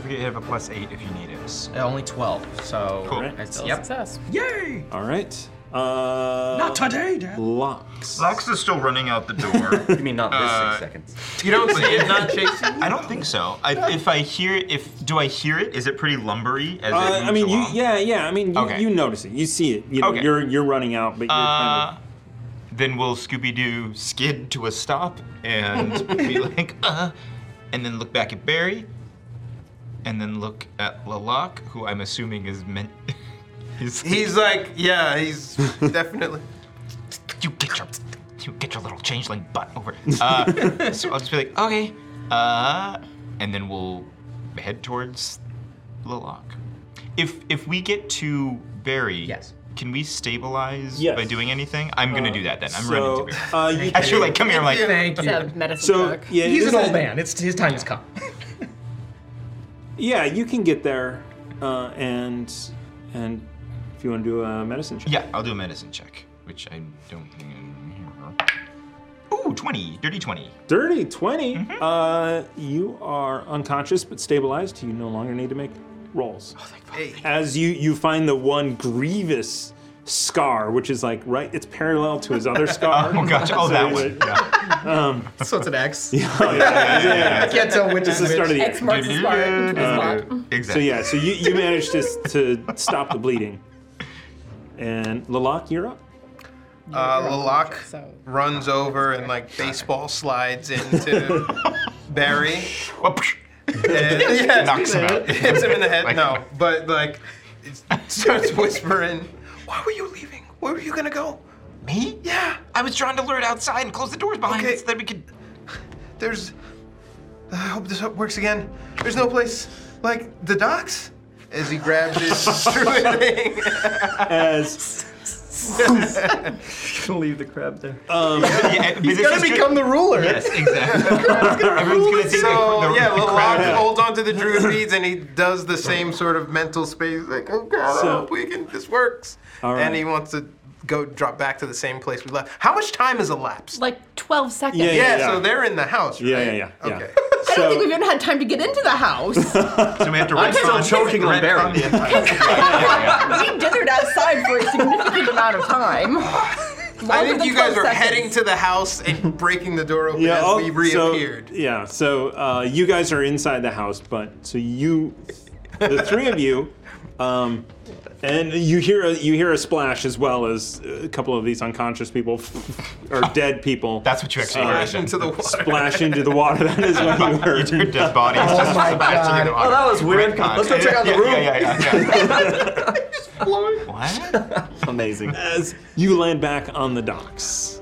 [SPEAKER 5] forget you have a plus eight if you need it.
[SPEAKER 8] Only 12, so.
[SPEAKER 5] Cool.
[SPEAKER 8] I still
[SPEAKER 5] Yep.
[SPEAKER 8] success. Yay!
[SPEAKER 1] All right. Uh,
[SPEAKER 8] Not today, Dad.
[SPEAKER 1] Locks.
[SPEAKER 5] Locks is still running out the door. you mean
[SPEAKER 3] not this six
[SPEAKER 9] Uh,
[SPEAKER 5] seconds?
[SPEAKER 9] You don't see it not chasing
[SPEAKER 5] I don't think so. I, if I hear, if do I hear it? Is it pretty lumbery? As it
[SPEAKER 1] Uh,
[SPEAKER 5] moves
[SPEAKER 1] I mean, you,
[SPEAKER 5] along?
[SPEAKER 1] yeah, yeah. I mean, you,
[SPEAKER 5] Okay.
[SPEAKER 1] you notice it. You see it. You know,
[SPEAKER 5] Okay.
[SPEAKER 1] you're you're running out, but you're kind
[SPEAKER 5] of. Then will Scooby Doo skid to a stop and be like, uh, and then look back at Barry, and then look at Lalak, who I'm assuming is meant.
[SPEAKER 9] He's like, yeah, he's definitely.
[SPEAKER 5] You get your, you get your little changeling butt over. Uh, so I'll just be like, okay, uh, and then we'll head towards Lalak. If if we get to Barry, yes. Can we stabilize
[SPEAKER 1] Yes.
[SPEAKER 5] by doing anything? I'm gonna
[SPEAKER 1] Uh,
[SPEAKER 5] do that then. I'm
[SPEAKER 1] so,
[SPEAKER 5] running to Barry.
[SPEAKER 1] uh, you
[SPEAKER 5] Actually,
[SPEAKER 1] can-
[SPEAKER 5] like, come here. I'm like,
[SPEAKER 7] It's a medicine joke.
[SPEAKER 8] He's an
[SPEAKER 1] this
[SPEAKER 8] old
[SPEAKER 1] is-
[SPEAKER 8] man. It's his time has come.
[SPEAKER 1] Yeah, you can get there, uh, and and if you want to do a medicine check.
[SPEAKER 5] Yeah, I'll do a medicine check, which I don't think I'm here. Ooh, 20, dirty 20.
[SPEAKER 1] Dirty 20.
[SPEAKER 5] Mm-hmm.
[SPEAKER 1] Uh, you are unconscious but stabilized. You no longer need to make rolls.
[SPEAKER 5] Oh,
[SPEAKER 1] As you you find the one grievous scar, which is like right, it's parallel to his other scar.
[SPEAKER 5] Oh, gotcha. Oh,
[SPEAKER 1] So
[SPEAKER 5] that
[SPEAKER 1] it's
[SPEAKER 5] one.
[SPEAKER 1] like, Um,
[SPEAKER 8] so it's an X.
[SPEAKER 1] Yeah, oh, yeah, yeah, yeah, yeah.
[SPEAKER 8] I can't tell which
[SPEAKER 1] It's
[SPEAKER 8] is
[SPEAKER 1] the
[SPEAKER 8] which.
[SPEAKER 1] start of the
[SPEAKER 8] X
[SPEAKER 1] end.
[SPEAKER 8] marks the spot. It's
[SPEAKER 1] Uh,
[SPEAKER 8] locked.
[SPEAKER 1] So yeah, so you, you managed to, s- to stop the bleeding. And Lalak, you're up.
[SPEAKER 9] Uh, Lalak runs over and like baseball slides into Barry. And- yeah,
[SPEAKER 5] Knocks him out.
[SPEAKER 9] Hits him in the head. no, but like it starts whispering. Why were you leaving? Where were you gonna go?
[SPEAKER 5] Me?
[SPEAKER 9] Yeah.
[SPEAKER 5] I was trying to lure it outside and close the doors behind
[SPEAKER 9] Okay.
[SPEAKER 5] it so that we could.
[SPEAKER 9] There's. I hope this works again. There's no place like the docks. As he grabs his thing.
[SPEAKER 1] As
[SPEAKER 3] leave the crab there.
[SPEAKER 1] Um,
[SPEAKER 9] He's gonna become the ruler. Yes,
[SPEAKER 5] exactly.
[SPEAKER 9] Everyone's
[SPEAKER 5] gonna take
[SPEAKER 9] so,
[SPEAKER 5] the- the-
[SPEAKER 9] yeah,
[SPEAKER 5] the
[SPEAKER 9] Lalak
[SPEAKER 5] crowd.
[SPEAKER 9] holds on to the druid beads and he does the same sort of mental space, like, oh god, I
[SPEAKER 1] So-
[SPEAKER 9] hope we can, this works.
[SPEAKER 1] All right.
[SPEAKER 9] And he wants to go drop back to the same place we left. How much time has elapsed?
[SPEAKER 7] Like 12 seconds.
[SPEAKER 9] yeah, so they're in the house, right?
[SPEAKER 1] Yeah, yeah, yeah. yeah.
[SPEAKER 9] Okay.
[SPEAKER 7] I don't think we've even had time to get into the house.
[SPEAKER 5] So we have to
[SPEAKER 7] I'm still choking
[SPEAKER 5] on Barry.
[SPEAKER 7] we dithered outside for a significant amount of time.
[SPEAKER 9] I
[SPEAKER 7] Longer
[SPEAKER 9] think
[SPEAKER 7] than
[SPEAKER 9] you guys
[SPEAKER 7] 12
[SPEAKER 9] are
[SPEAKER 7] seconds.
[SPEAKER 9] heading to the house and breaking the door open as
[SPEAKER 1] oh,
[SPEAKER 9] we
[SPEAKER 1] so-
[SPEAKER 9] reappear.
[SPEAKER 1] yeah, so uh, you guys are inside the house, but so you, the three of you, um, and you hear a, you hear a splash as well as a couple of these unconscious people or dead people. uh, That's
[SPEAKER 5] what you actually heard, Splash then. into the water.
[SPEAKER 1] Splash into the water. That is what you heard.
[SPEAKER 5] Your dead body is just splashing in the water. Retcon. Yeah, Yeah, yeah, yeah. yeah.
[SPEAKER 1] Amazing. As you land back on the docks.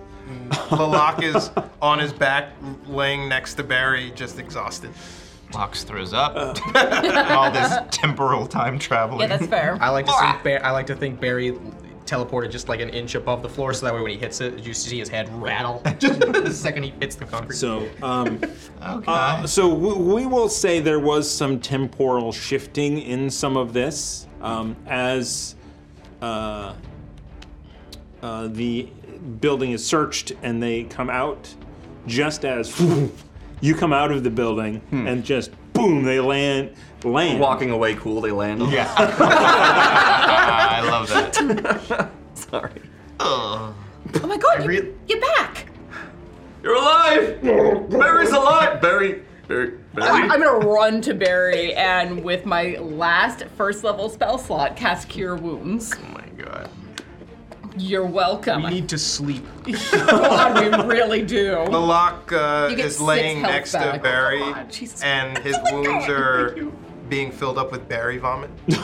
[SPEAKER 9] Lalak is on his back, laying next to Barry, just exhausted.
[SPEAKER 5] Locks throws up. All this temporal time traveling.
[SPEAKER 7] fair.
[SPEAKER 8] I like to think Bar- I like to think Barry teleported just like an inch above the floor, so that way when he hits it, you see his head rattle just the second he hits the concrete.
[SPEAKER 1] So, um, uh, so w- we will say there was some temporal shifting in some of this, um, as uh, uh, the building is searched and they come out. Just as you come out of the building
[SPEAKER 7] Hmm.
[SPEAKER 1] and just boom, they land. Land.
[SPEAKER 3] Walking away, cool. They land. On
[SPEAKER 5] yeah. I love that.
[SPEAKER 3] Sorry.
[SPEAKER 7] Oh my god, you, you're back.
[SPEAKER 3] You're alive. Barry's alive. Barry. Barry.
[SPEAKER 7] I-
[SPEAKER 3] Barry.
[SPEAKER 7] I'm gonna run to Barry and with my last first level spell slot cast Cure Wounds. Oh my
[SPEAKER 3] god.
[SPEAKER 7] You're welcome.
[SPEAKER 8] We need to sleep.
[SPEAKER 7] God, we really do.
[SPEAKER 9] Lalak uh,
[SPEAKER 7] You get
[SPEAKER 9] is
[SPEAKER 7] six
[SPEAKER 9] laying
[SPEAKER 7] health Oh
[SPEAKER 9] next
[SPEAKER 7] back.
[SPEAKER 9] to Barry, and his wounds are being filled up with berry vomit.
[SPEAKER 5] Wait,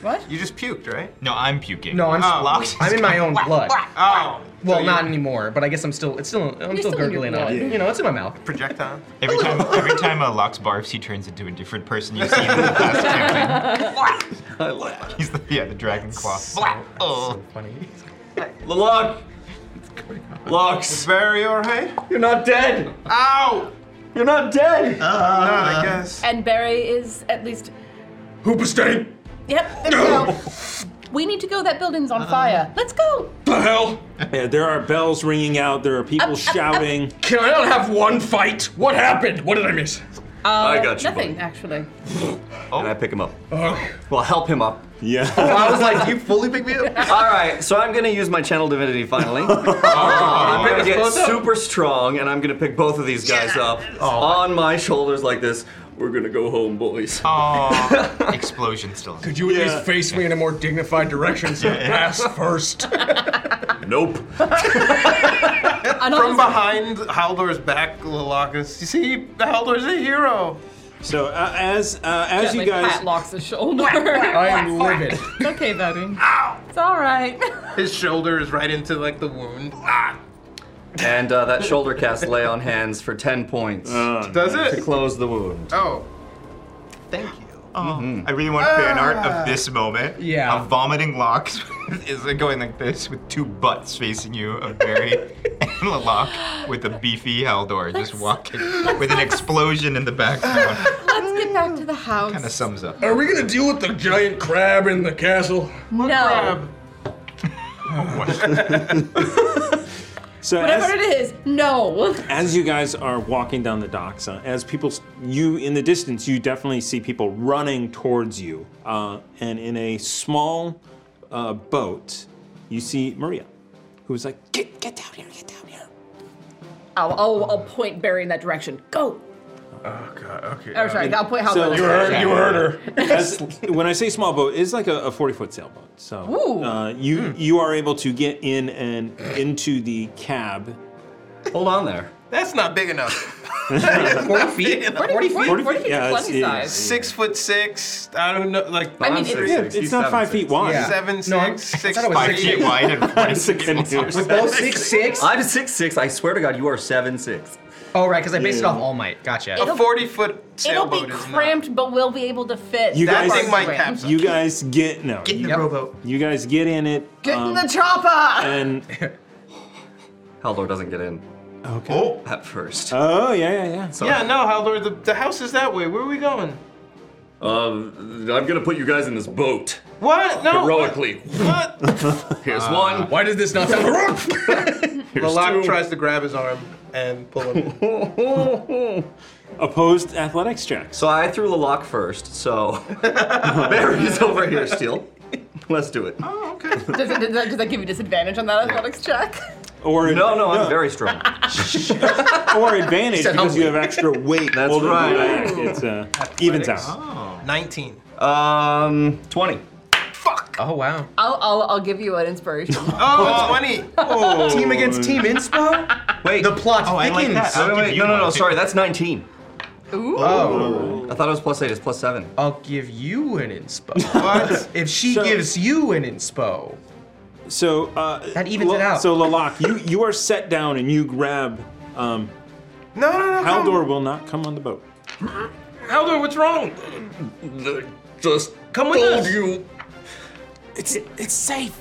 [SPEAKER 5] what?
[SPEAKER 9] You just puked, right?
[SPEAKER 5] No, I'm puking.
[SPEAKER 8] No, I'm
[SPEAKER 5] Oh.
[SPEAKER 8] locked. I'm in my own blood.
[SPEAKER 5] Oh.
[SPEAKER 8] Well,
[SPEAKER 5] So you-
[SPEAKER 8] not anymore, but I guess I'm still. It's still. I'm
[SPEAKER 5] still
[SPEAKER 8] still,
[SPEAKER 5] in your
[SPEAKER 8] gurgling on.
[SPEAKER 5] blood.
[SPEAKER 8] it. You know, it's in my mouth.
[SPEAKER 9] Projectile.
[SPEAKER 5] Every time, every time uh, Locks barfs, he turns into a different person you've seen in the past campaign. I love He's the, yeah, the dragon claw. oh.
[SPEAKER 8] funny.
[SPEAKER 3] Lalog! Locks!
[SPEAKER 9] Barry, alright?
[SPEAKER 3] You're not dead! Ow! You're not dead!
[SPEAKER 9] Not, I guess.
[SPEAKER 7] And Barry is at least.
[SPEAKER 13] Hoopa steak!
[SPEAKER 7] Yep, there we go. We need to go. That building's on fire. Let's go.
[SPEAKER 13] The hell?
[SPEAKER 1] Yeah, there are bells ringing out. There are people shouting.
[SPEAKER 13] Can I not have one fight? What happened? What did I miss?
[SPEAKER 7] Uh,
[SPEAKER 1] I got you,
[SPEAKER 7] Nothing, actually.
[SPEAKER 3] And I pick him up.
[SPEAKER 13] Oh.
[SPEAKER 3] Well, help him up.
[SPEAKER 1] Yeah.
[SPEAKER 3] I was like, you
[SPEAKER 9] fully pick me up?
[SPEAKER 3] Alright, so I'm gonna use my channel divinity finally. Uh, I'm gonna get
[SPEAKER 8] both up?
[SPEAKER 3] super strong and I'm gonna pick both of these guys up
[SPEAKER 9] Oh
[SPEAKER 3] on my shoulders like this. We're gonna go home, boys.
[SPEAKER 5] Oh, explosion still.
[SPEAKER 13] Could you at least face me in a more dignified direction so ass first?
[SPEAKER 3] nope.
[SPEAKER 9] From behind Haldor's back, Lilacus. You see, Haldor's a hero.
[SPEAKER 1] So uh, as uh, as you
[SPEAKER 7] Gently
[SPEAKER 1] guys,
[SPEAKER 7] pat locks his shoulder.
[SPEAKER 13] I am livid.
[SPEAKER 7] It's okay, buddy. It's all right.
[SPEAKER 9] His shoulder is right into like the wound.
[SPEAKER 3] And uh, that shoulder cast lay on hands for 10 points.
[SPEAKER 9] Uh, Does
[SPEAKER 3] to
[SPEAKER 9] it?
[SPEAKER 3] To close the wound.
[SPEAKER 9] Oh. Thank you.
[SPEAKER 8] Oh.
[SPEAKER 3] Mhm.
[SPEAKER 5] Mm-hmm. I really want fan art
[SPEAKER 9] Ah.
[SPEAKER 5] of this moment.
[SPEAKER 9] Yeah.
[SPEAKER 5] Of vomiting locks is it going like this with two butts facing you of Barry and Locke with a beefy Haldor just walking with an explosion in the background.
[SPEAKER 7] Let's get back to the house.
[SPEAKER 5] Kind of sums up.
[SPEAKER 13] Are we gonna deal with the giant crab in the castle?
[SPEAKER 7] no.
[SPEAKER 1] so
[SPEAKER 7] Whatever
[SPEAKER 1] as,
[SPEAKER 7] it is, no.
[SPEAKER 1] as you guys are walking down the docks, uh, as people, s- you in the distance, you definitely see people running towards you, uh, and in a small uh, boat, you see Maria, who's like, get get down here, get down here.
[SPEAKER 7] I'll, I'll, I'll point Barry in that direction. Go.
[SPEAKER 13] Oh god. Okay.
[SPEAKER 7] Oh, sorry. I'll point how
[SPEAKER 1] So-
[SPEAKER 13] You heard, you heard her.
[SPEAKER 1] As- when I say small boat, it's like a, a 40 foot sailboat. So
[SPEAKER 7] Ooh.
[SPEAKER 1] Uh, you
[SPEAKER 13] Hmm.
[SPEAKER 1] you are able to get in and into the cab.
[SPEAKER 3] Hold on there.
[SPEAKER 9] That's not big enough.
[SPEAKER 8] 40 feet?
[SPEAKER 9] 40
[SPEAKER 1] feet? 40 feet? Yeah, it's- yeah, yeah.
[SPEAKER 9] Six foot six. I don't know. Like
[SPEAKER 1] I mean, it- Yeah, it's not five feet wide. Yeah.
[SPEAKER 9] Seven six.
[SPEAKER 1] No,
[SPEAKER 8] I'm-
[SPEAKER 9] six
[SPEAKER 8] I thought it was
[SPEAKER 9] five
[SPEAKER 8] six feet wide and
[SPEAKER 1] six
[SPEAKER 8] We're both six six.
[SPEAKER 3] I'm six six. I swear to God, you are seven six.
[SPEAKER 8] Oh right, because I based it
[SPEAKER 3] Yeah.
[SPEAKER 8] off All Might. Gotcha.
[SPEAKER 7] It'll-
[SPEAKER 9] A forty foot
[SPEAKER 7] It'll be
[SPEAKER 9] sailboat is not.
[SPEAKER 7] cramped, but we'll be able to fit.
[SPEAKER 1] You
[SPEAKER 7] That
[SPEAKER 1] guys,
[SPEAKER 7] part's cramped.
[SPEAKER 1] you guys get no. Get in
[SPEAKER 9] the rowboat.
[SPEAKER 1] You guys get in it.
[SPEAKER 7] Get in
[SPEAKER 1] um,
[SPEAKER 7] the chopper.
[SPEAKER 1] and
[SPEAKER 3] Haldor doesn't get in.
[SPEAKER 1] Okay.
[SPEAKER 3] Oh. At first.
[SPEAKER 1] Oh yeah yeah yeah.
[SPEAKER 3] So,
[SPEAKER 9] Yeah, no, Haldor. The, the house is that way. Where are we going?
[SPEAKER 3] Um, I'm gonna put you guys in this boat.
[SPEAKER 9] What? No.
[SPEAKER 3] Heroically. Here's
[SPEAKER 6] Uh,
[SPEAKER 3] one.
[SPEAKER 13] Why does this not sound heroic?
[SPEAKER 9] Lalak tries to grab his arm and pull him.
[SPEAKER 1] Opposed athletics checks.
[SPEAKER 3] So I threw the lock first. So Barry's over here still. Let's do it.
[SPEAKER 7] does, it, does, that, does that give you disadvantage on that athletics check?
[SPEAKER 1] Or
[SPEAKER 3] no, no, I'm very strong.
[SPEAKER 1] or advantage
[SPEAKER 3] Said
[SPEAKER 1] because you have extra weight.
[SPEAKER 3] That's
[SPEAKER 1] holding you
[SPEAKER 3] right.
[SPEAKER 1] back. It's uh, evens out.
[SPEAKER 9] Nineteen.
[SPEAKER 3] Um, twenty.
[SPEAKER 8] Oh wow.
[SPEAKER 7] I'll, I'll, I'll give you an inspiration.
[SPEAKER 9] Oh, 20.
[SPEAKER 8] Team against team inspo?
[SPEAKER 3] Wait.
[SPEAKER 8] The plot
[SPEAKER 5] Oh, I like
[SPEAKER 8] thickens.
[SPEAKER 5] that.
[SPEAKER 3] Wait, wait, wait, no, no, no. Sorry, that's nineteen.
[SPEAKER 7] Ooh.
[SPEAKER 8] Oh.
[SPEAKER 3] I thought it was plus eight. It's plus seven.
[SPEAKER 5] Oh.
[SPEAKER 8] I'll give you an inspo. If she gives you an inspo.
[SPEAKER 1] So uh,
[SPEAKER 8] That evens
[SPEAKER 1] Lo-
[SPEAKER 8] it out.
[SPEAKER 1] So Lalak, you you are set down and you grab. Um,
[SPEAKER 9] no, no, no.
[SPEAKER 1] Haldor will not come on the boat.
[SPEAKER 9] Haldor, what's wrong?
[SPEAKER 3] Just
[SPEAKER 9] Come with us.
[SPEAKER 1] It's it's safe.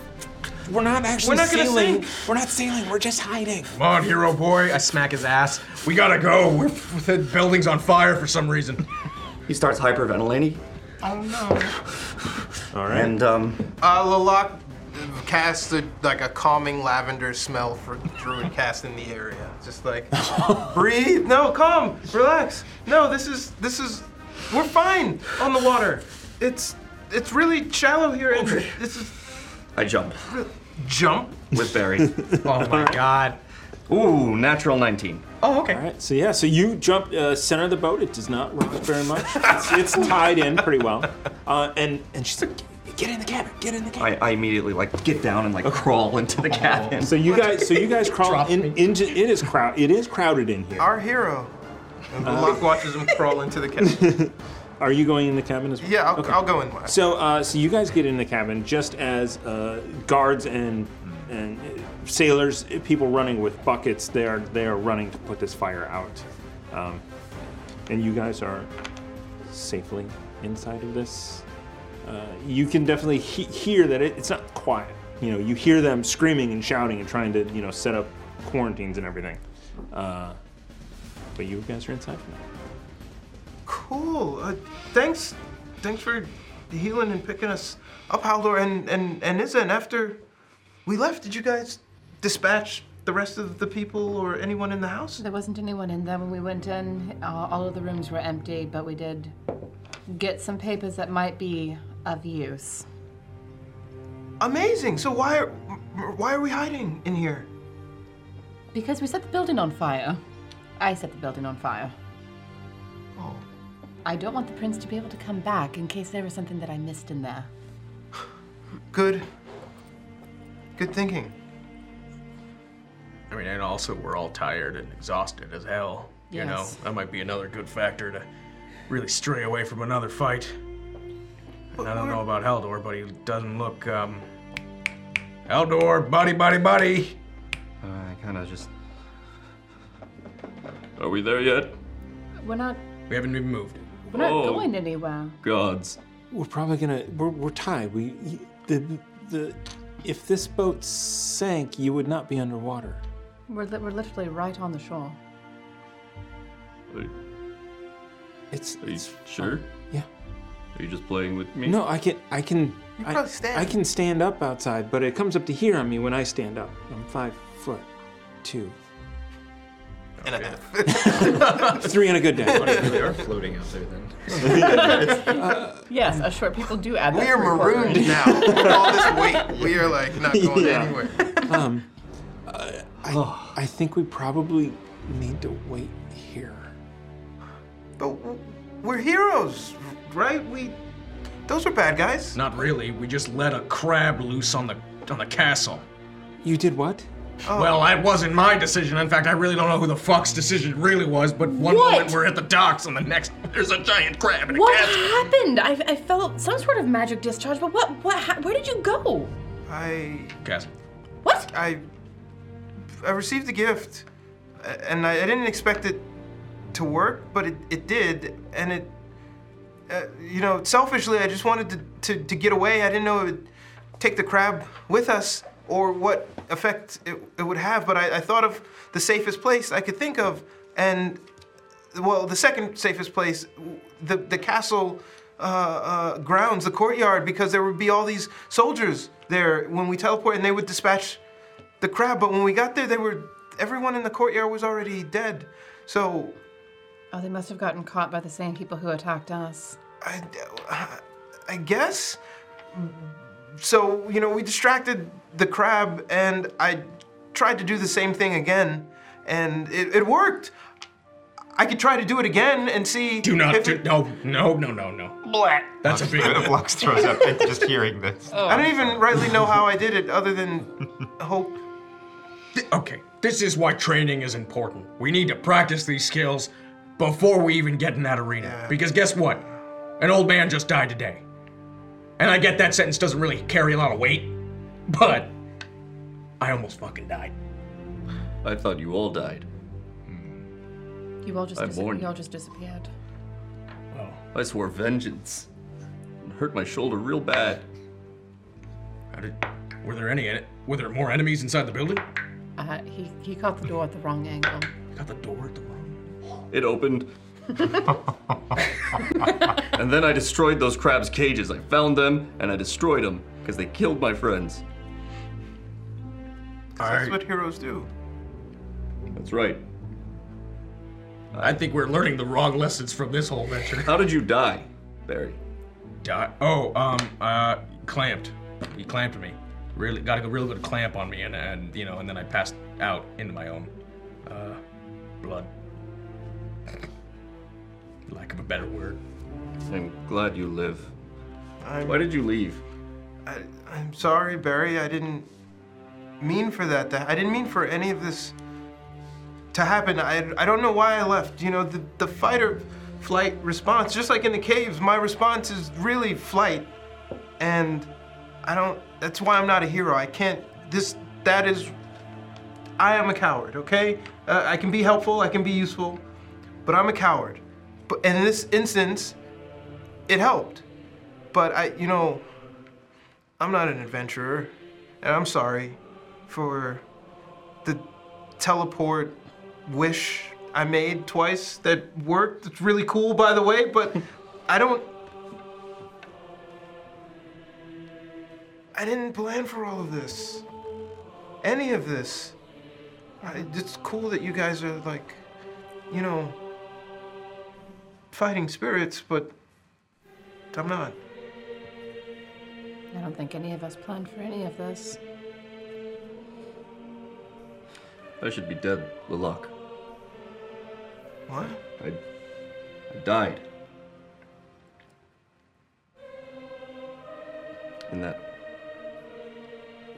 [SPEAKER 1] We're not actually
[SPEAKER 13] We're not gonna
[SPEAKER 1] sailing. We're not sailing. We're just hiding.
[SPEAKER 13] Come on, hero boy. I smack his ass. We gotta go. We're, the building's on fire for some reason.
[SPEAKER 3] He starts hyperventilating.
[SPEAKER 9] Oh no.
[SPEAKER 1] All right.
[SPEAKER 3] And um,
[SPEAKER 9] Uh, Lalak casts a, like a calming lavender smell for druid cast in the area. Just like breathe. No, calm. Relax. No, this is this is. We're fine on the water. It's it's really shallow here. And this is
[SPEAKER 3] I jump
[SPEAKER 9] jump.
[SPEAKER 3] with Barry.
[SPEAKER 8] Oh my god.
[SPEAKER 3] Ooh, natural nineteen.
[SPEAKER 8] Oh, okay.
[SPEAKER 1] All right. So yeah. So you jump uh, center of the boat. It does not rock very much. It's, it's tied in pretty well. Uh, and and she's like, get in the cabin. Get in the cabin.
[SPEAKER 3] I, I immediately like get down and like crawl into the cabin.
[SPEAKER 1] So you guys, so you guys crawl in, into it is crowd. It is crowded in here.
[SPEAKER 9] Our hero. And Locke watches him crawl into the cabin.
[SPEAKER 1] Are you going in the cabin as well?
[SPEAKER 9] Yeah, I'll- I'll go in last.
[SPEAKER 1] So, uh, so you guys get in the cabin just as uh, guards and and sailors, people running with buckets. They are they are running to put this fire out, um, and you guys are safely inside of this. Uh, you can definitely he- hear that it, it's not quiet. You know, you hear them screaming and shouting and trying to you know set up quarantines and everything. Uh, but you guys are inside for now.
[SPEAKER 9] Cool. Uh, thanks, thanks for healing and picking us up, Haldor and and and Izza. And after we left, did you guys dispatch the rest of the people or anyone in the house?
[SPEAKER 7] There wasn't anyone in there when we went in. Uh, all of the rooms were empty, but we did get some papers that might be of use.
[SPEAKER 9] Amazing. So why are why are we hiding in here?
[SPEAKER 7] Because we set the building on fire. I set the building on fire.
[SPEAKER 9] Oh.
[SPEAKER 7] I don't want the prince to be able to come back in case there was something that I missed in there.
[SPEAKER 9] Good. Good thinking.
[SPEAKER 6] I mean, and also we're all tired and exhausted as hell. You know,
[SPEAKER 7] Yes.
[SPEAKER 6] that might be another good factor to really stray away from another fight. And I don't know about Haldor, but he doesn't look um Haldor, buddy, buddy, buddy.
[SPEAKER 3] I kind of just
[SPEAKER 14] Are we there yet?
[SPEAKER 7] We're not.
[SPEAKER 6] We haven't even moved.
[SPEAKER 7] We're not
[SPEAKER 1] Oh.
[SPEAKER 7] going anywhere.
[SPEAKER 14] Gods.
[SPEAKER 1] We're probably gonna. We're, we're tied. We the the. If this boat sank, you would not be underwater.
[SPEAKER 7] We're, li- we're literally right on the shore.
[SPEAKER 1] It's.
[SPEAKER 14] Are you sure?
[SPEAKER 1] Yeah.
[SPEAKER 14] Are you just playing with me?
[SPEAKER 1] No, I can. I can.
[SPEAKER 14] You
[SPEAKER 1] I,
[SPEAKER 14] probably stand.
[SPEAKER 1] I can stand up outside, but it comes up to here on me when I stand up. I'm five foot two.
[SPEAKER 9] And a half.
[SPEAKER 1] Three and a good day.
[SPEAKER 6] They are floating out there
[SPEAKER 1] then.
[SPEAKER 7] yes, uh, short people do add that.
[SPEAKER 9] We are
[SPEAKER 7] to the court
[SPEAKER 9] marooned
[SPEAKER 7] rate.
[SPEAKER 9] now. With all this weight, we are like not going
[SPEAKER 1] Yeah.
[SPEAKER 9] anywhere.
[SPEAKER 1] um, uh, I, I think we probably need to wait here.
[SPEAKER 9] But we're heroes, right? We those were bad guys.
[SPEAKER 6] Not really. We just let a crab loose on the on the castle.
[SPEAKER 1] You did what?
[SPEAKER 7] Oh.
[SPEAKER 6] Well, that wasn't my decision. In fact, I really don't know who the fuck's decision really was, but one
[SPEAKER 7] What?
[SPEAKER 6] moment we're at the docks and the next there's a giant crab in a
[SPEAKER 7] What
[SPEAKER 6] casket.
[SPEAKER 7] happened? I, I felt some sort of magic discharge, but what? What? Ha- where did you go?
[SPEAKER 9] I
[SPEAKER 6] Castle.
[SPEAKER 7] What?
[SPEAKER 9] I I received a gift, a- and I, I didn't expect it to work, but it, it did, and it. Uh, you know, selfishly, I just wanted to, to, to get away. I didn't know it would take the crab with us or what effect it, it would have, but I, I thought of the safest place I could think of, and well, the second safest place, w- the the castle uh, uh, grounds, the courtyard, because there would be all these soldiers there when we teleport, and they would dispatch the crab. But when we got there, they were everyone in the courtyard was already dead. So
[SPEAKER 7] Oh, they must have gotten caught by the same people who attacked us.
[SPEAKER 9] I, I guess. So you know, we distracted the crab, and I tried to do the same thing again, and it, it worked. I could try to do it again and see.
[SPEAKER 6] Do not
[SPEAKER 9] if
[SPEAKER 6] do
[SPEAKER 9] it-
[SPEAKER 6] no no no no no.
[SPEAKER 9] Black.
[SPEAKER 6] That's a big
[SPEAKER 5] Lux throws up at just hearing this.
[SPEAKER 9] I don't even rightly know how I did it, other than hope.
[SPEAKER 6] Okay, this is why training is important. We need to practice these skills before we even get in that arena. Because guess what? An old man just died today. And I get that sentence doesn't really carry a lot of weight, but I almost fucking died.
[SPEAKER 14] I thought you all died.
[SPEAKER 7] You all just
[SPEAKER 14] I
[SPEAKER 7] dis-
[SPEAKER 14] mourned.
[SPEAKER 7] you all just disappeared.
[SPEAKER 14] I swore vengeance. It hurt my shoulder real bad.
[SPEAKER 6] How did, were there any? en- Were there more enemies inside the building?
[SPEAKER 7] Uh, he he caught the door at the wrong angle.
[SPEAKER 6] Got the door at the wrong.
[SPEAKER 14] It opened. and then I destroyed those crabs' cages. I found them and I destroyed them because they killed my friends.
[SPEAKER 9] That's what heroes do.
[SPEAKER 14] That's right.
[SPEAKER 6] I think we're learning the wrong lessons from this whole venture.
[SPEAKER 14] How did you die, Barry?
[SPEAKER 6] Die? Oh, um, uh, clamped. He clamped me. Really, got a real good clamp on me, and and you know, and then I passed out into my own, uh, blood. Lack of a better word.
[SPEAKER 14] I'm glad you live.
[SPEAKER 9] I'm-
[SPEAKER 14] Why did you leave?
[SPEAKER 9] I, I'm sorry, Barry. I didn't mean for that. to- I didn't mean for any of this to happen. I, I don't know why I left. You know, the, the fight or flight response, just like in the caves, my response is really flight. And I don't, that's why I'm not a hero. I can't, this, that is, I am a coward, okay? Uh, I can be helpful, I can be useful, but I'm a coward. But in this instance, it helped. But I, you know, I'm not an adventurer, and I'm sorry for the teleport wish I made twice that worked. It's really cool, by the way, but I don't. I didn't plan for all of this. Any of this. I, it's cool that you guys are like, you know, fighting spirits, but I'm not.
[SPEAKER 7] I don't think any of us planned for any of this.
[SPEAKER 3] I should be dead, Lilac.
[SPEAKER 9] What?
[SPEAKER 3] I, I died. In that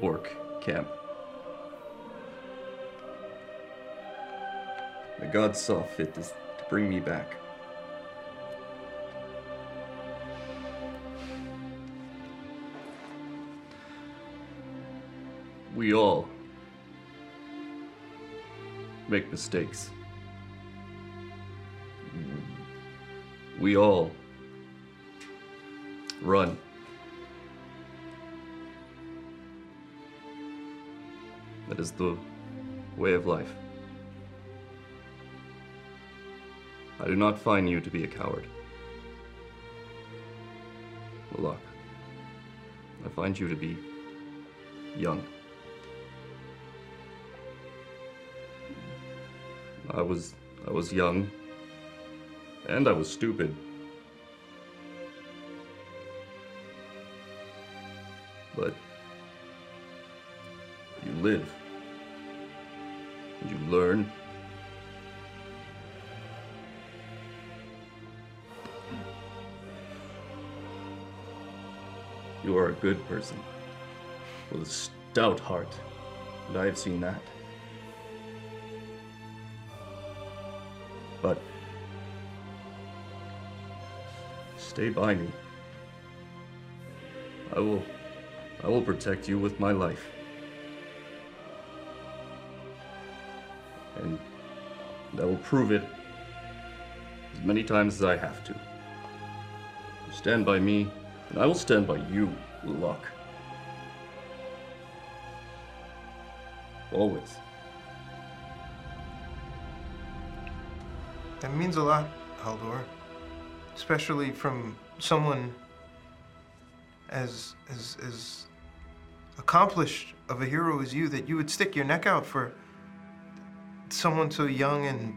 [SPEAKER 3] orc camp. The gods saw fit to, to bring me back. We all make mistakes. We all run. That is the way of life. I do not find you to be a coward. Malak, I find you to be young. I was I was young and I was stupid. But you live. You learn. You are a good person with a stout heart, and I have seen that. But stay by me. I will I will protect you with my life. And I will prove it as many times as I have to. You Stand by me, and I will stand by you, Luck. Always.
[SPEAKER 9] That means a lot, Haldor. Especially from someone as as as accomplished of a hero as you that you would stick your neck out for someone so young and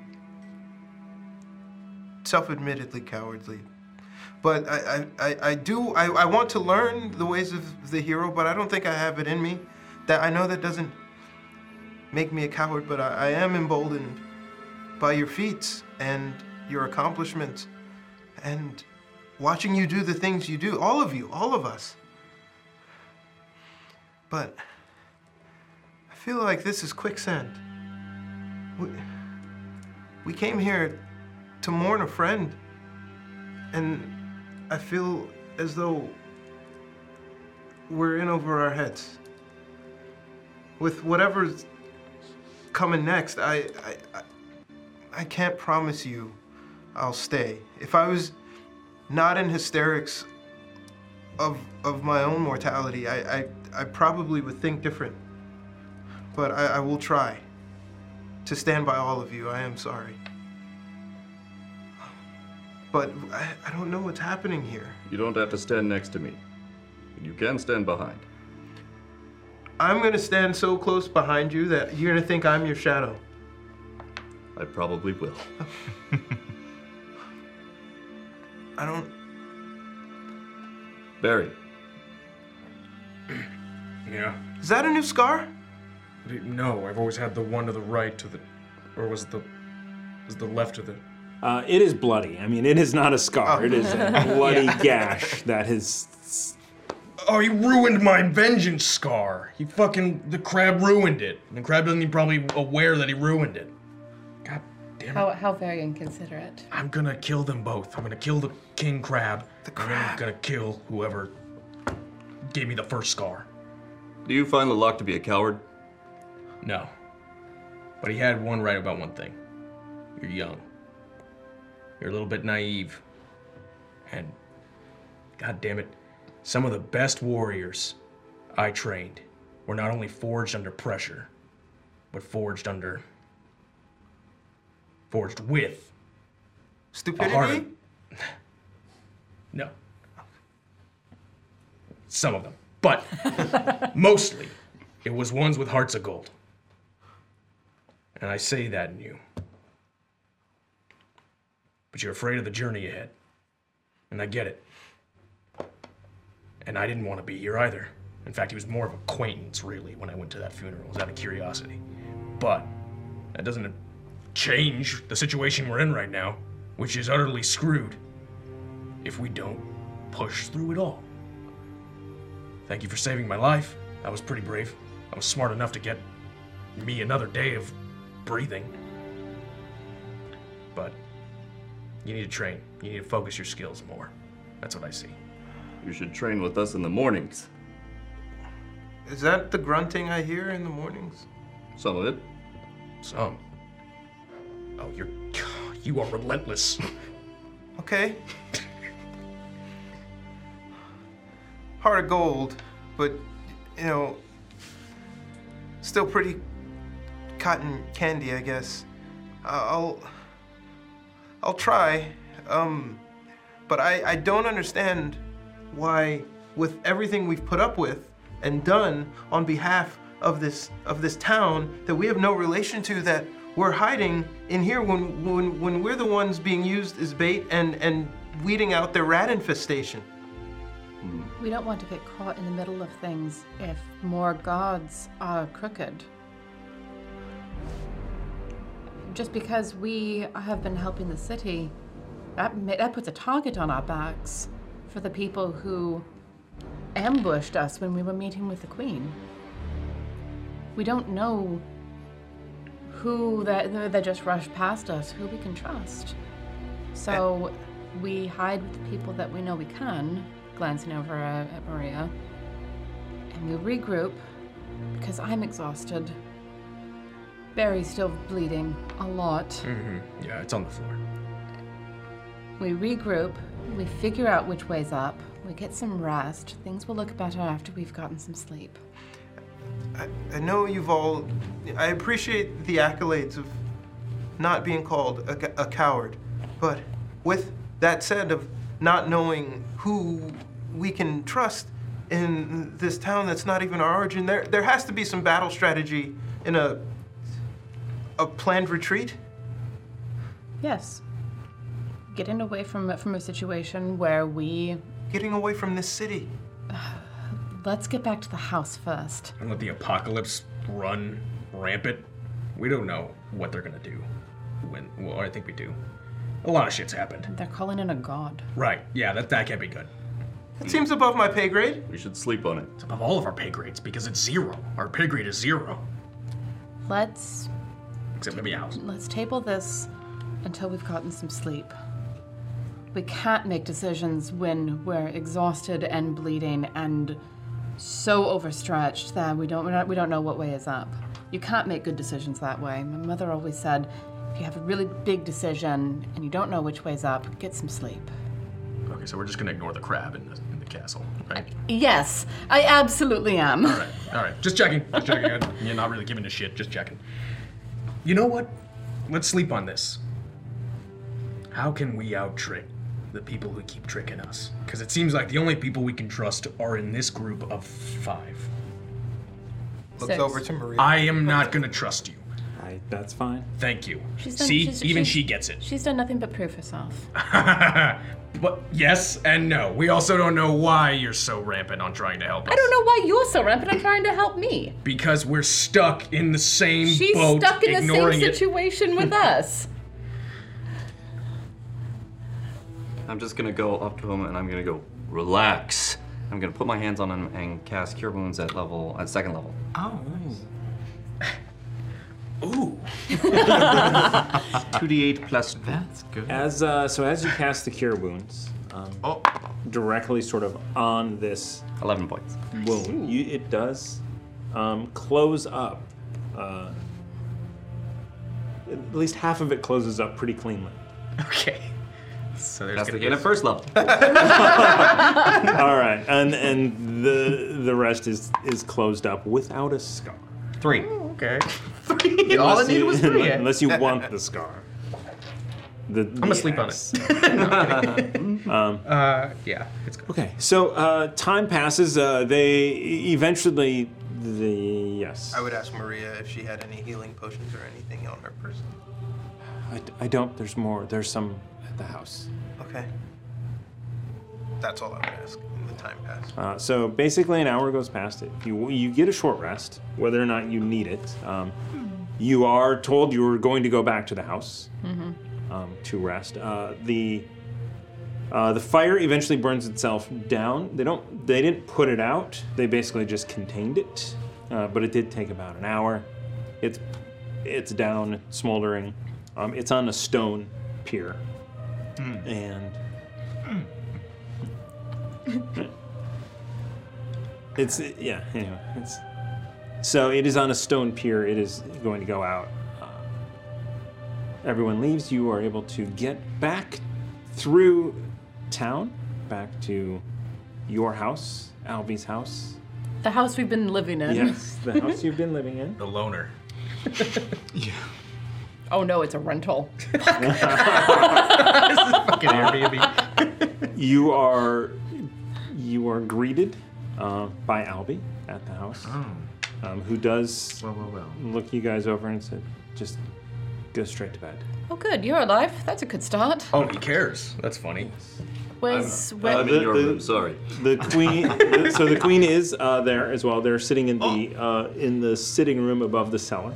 [SPEAKER 9] self-admittedly cowardly. But I, I, I, I do I, I want to learn the ways of the hero, but I don't think I have it in me. That I know that doesn't make me a coward, but I, I am emboldened by your feats and your accomplishments and watching you do the things you do, all of you, all of us. But I feel like this is quicksand. We, we came here to mourn a friend, and I feel as though we're in over our heads. With whatever's coming next, I, I, I I can't promise you I'll stay. If I was not in hysterics of of my own mortality, I I, I probably would think different. But I, I will try to stand by all of you. I am sorry. But I, I don't know what's happening here.
[SPEAKER 3] You don't have to stand next to me. but You can stand behind.
[SPEAKER 9] I'm gonna stand so close behind you that you're gonna think I'm your shadow.
[SPEAKER 3] I probably will.
[SPEAKER 9] I don't
[SPEAKER 3] Barry,
[SPEAKER 6] Yeah.
[SPEAKER 9] Is that a new scar?
[SPEAKER 6] No, I've always had the one to the right to the, or was it the, was the left of the.
[SPEAKER 1] Uh, it is bloody. I mean, it is not a scar.
[SPEAKER 6] Oh.
[SPEAKER 1] It is a bloody
[SPEAKER 6] Yeah.
[SPEAKER 1] gash that has
[SPEAKER 6] Oh, he ruined my vengeance scar. He fucking the crab ruined it. And the crab isn't even probably aware that he ruined it. Damn it.
[SPEAKER 7] How, how very inconsiderate.
[SPEAKER 6] I'm gonna kill them both. I'm gonna kill the king crab. The crab. And then I'm gonna kill whoever gave me the first scar.
[SPEAKER 14] Do you find Lalak to be a coward?
[SPEAKER 6] No. But he had one right about one thing. You're young. You're a little bit naive. And god damn it, some of the best warriors I trained were not only forged under pressure, but forged under forged with a heart of-
[SPEAKER 9] Stupidity?
[SPEAKER 6] no. Some of them. But mostly, it was ones with hearts of gold. And I say that in you. But you're afraid of the journey ahead. And I get it. And I didn't want to be here either. In fact, he was more of an acquaintance, really, when I went to that funeral. It was out of curiosity. But that doesn't change the situation we're in right now, which is utterly screwed if we don't push through it all. Thank you for saving my life. That was pretty brave. I was smart enough to get me another day of breathing. But you need to train. You need to focus your skills more. That's what I see.
[SPEAKER 14] You should train with us in the mornings.
[SPEAKER 9] Is that the grunting I hear in the mornings?
[SPEAKER 14] Some of it.
[SPEAKER 6] Some. Oh, you're you are relentless.
[SPEAKER 9] Okay. Heart of gold, but you know, still pretty cotton candy, I guess. I- I'll I'll try, um, but I I don't understand why with everything we've put up with and done on behalf of this of this town that we have no relation to that we're hiding in here when when when we're the ones being used as bait and and weeding out their rat infestation.
[SPEAKER 7] We don't want to get caught in the middle of things if more gods are crooked. Just because we have been helping the city, that, ma- that puts a target on our backs for the people who ambushed us when we were meeting with the queen. We don't know who that that just rushed past us, who we can trust. So we hide with the people that we know we can, glancing over uh, at Maria, and we regroup because I'm exhausted. Barry's still bleeding a lot.
[SPEAKER 9] Mm.
[SPEAKER 6] Mm-hmm. Yeah, it's on the floor.
[SPEAKER 7] We regroup, we figure out which way's up, we get some rest. Things will look better after we've gotten some sleep.
[SPEAKER 9] I, I know you've all. I appreciate the accolades of not being called a, c- a coward, but with that said, of not knowing who we can trust in this town that's not even our origin, there there has to be some battle strategy in a a planned retreat.
[SPEAKER 7] Yes. Getting away from from a situation where we
[SPEAKER 9] getting away from this city.
[SPEAKER 7] Let's get back to the house first.
[SPEAKER 6] And let the apocalypse run rampant. We don't know what they're gonna do. When well, I think we do. A lot of shit's happened.
[SPEAKER 7] They're calling in a god.
[SPEAKER 6] Right. Yeah, that that can't be good.
[SPEAKER 9] That seems above my pay grade.
[SPEAKER 14] We should sleep on it.
[SPEAKER 6] It's above all of our pay grades because it's zero. Our pay grade is zero.
[SPEAKER 7] Let's
[SPEAKER 6] Except maybe ours.
[SPEAKER 7] let's table this until we've gotten some sleep. We can't make decisions when we're exhausted and bleeding and so overstretched that we don't we're not, we don't know what way is up. You can't make good decisions that way. My mother always said, if you have a really big decision and you don't know which way's up, get some sleep.
[SPEAKER 6] Okay, so we're just gonna ignore the crab in the, in the castle, right?
[SPEAKER 7] Yes, I absolutely am.
[SPEAKER 6] All right, all right. Just checking. Just checking. I- You're not really giving a shit. Just checking. You know what? Let's sleep on this. How can we out trick the people who keep tricking us? Because it seems like the only people we can trust are in this group of five.
[SPEAKER 9] Looks Six. over to Maria.
[SPEAKER 6] I am not gonna trust you.
[SPEAKER 1] I, that's fine.
[SPEAKER 6] Thank you.
[SPEAKER 7] She's done-
[SPEAKER 6] See,
[SPEAKER 7] she's-
[SPEAKER 6] even
[SPEAKER 7] she's-
[SPEAKER 6] she gets it.
[SPEAKER 7] She's done nothing but prove herself.
[SPEAKER 6] But yes and no. We also don't know why you're so rampant on trying to help us.
[SPEAKER 7] I don't know why you're so rampant on trying to help me.
[SPEAKER 6] Because we're stuck in the same
[SPEAKER 7] She's
[SPEAKER 6] boat,
[SPEAKER 7] stuck in the same
[SPEAKER 6] ignoring it.
[SPEAKER 7] situation with us.
[SPEAKER 3] I'm just gonna go up to him and I'm gonna go relax. I'm gonna put my hands on him and cast Cure Wounds at level at second level.
[SPEAKER 6] Oh, nice. Ooh,
[SPEAKER 3] 2d8 plus. That's good.
[SPEAKER 1] As uh, so, as you cast the cure wounds, um,
[SPEAKER 8] Oh.
[SPEAKER 1] directly sort of on this
[SPEAKER 3] eleven points
[SPEAKER 1] wound, you, it does um, close up. Uh, at least half of it closes up pretty cleanly.
[SPEAKER 8] Okay. So
[SPEAKER 3] That's the gain at first level.
[SPEAKER 1] All right, and and the the rest is is closed up without a scar.
[SPEAKER 3] Three.
[SPEAKER 8] Okay. Three. All I
[SPEAKER 1] Unless
[SPEAKER 8] needed
[SPEAKER 1] you-
[SPEAKER 8] was three.
[SPEAKER 1] Unless you want the scar. I'm
[SPEAKER 8] gonna sleep on
[SPEAKER 1] it. um,
[SPEAKER 8] uh, yeah, it's good.
[SPEAKER 1] Okay, so uh, time passes. Uh, they eventually the yes.
[SPEAKER 9] I would ask Maria if she had any healing potions or anything on her person.
[SPEAKER 1] I, I don't. There's more. There's some at the house.
[SPEAKER 9] Okay. That's all I would ask when the time passed.
[SPEAKER 1] Uh, so basically, an hour goes past it. You you get a short rest, whether or not you need it. Um, you are told you are going to go back to the house um, to rest. Uh, the uh, the fire eventually burns itself down. They don't. They didn't put it out. They basically just contained it. Uh, but it did take about an hour. It's it's down, smoldering. Um, it's on a stone pier, and It's yeah. Anyway, it's so it is on a stone pier. It is going to go out. Uh, everyone leaves. You are able to get back through town, back to your house, Alvy's house.
[SPEAKER 7] The house we've been living in.
[SPEAKER 1] Yes, the house you've been living in.
[SPEAKER 6] The loner.
[SPEAKER 7] oh no, it's a rental.
[SPEAKER 1] Fucking Airbnb. you are you are greeted uh, by Albie at the house, um, who does look you guys over and said, "Just go straight to bed."
[SPEAKER 7] Oh, good, you're alive. That's a good start.
[SPEAKER 6] Oh, he cares. That's funny.
[SPEAKER 7] Was
[SPEAKER 6] I'm- uh,
[SPEAKER 7] where-
[SPEAKER 6] I'm in your room, sorry.
[SPEAKER 1] The queen. so the queen is uh, there as well. They're sitting in the uh, in the sitting room above the cellar.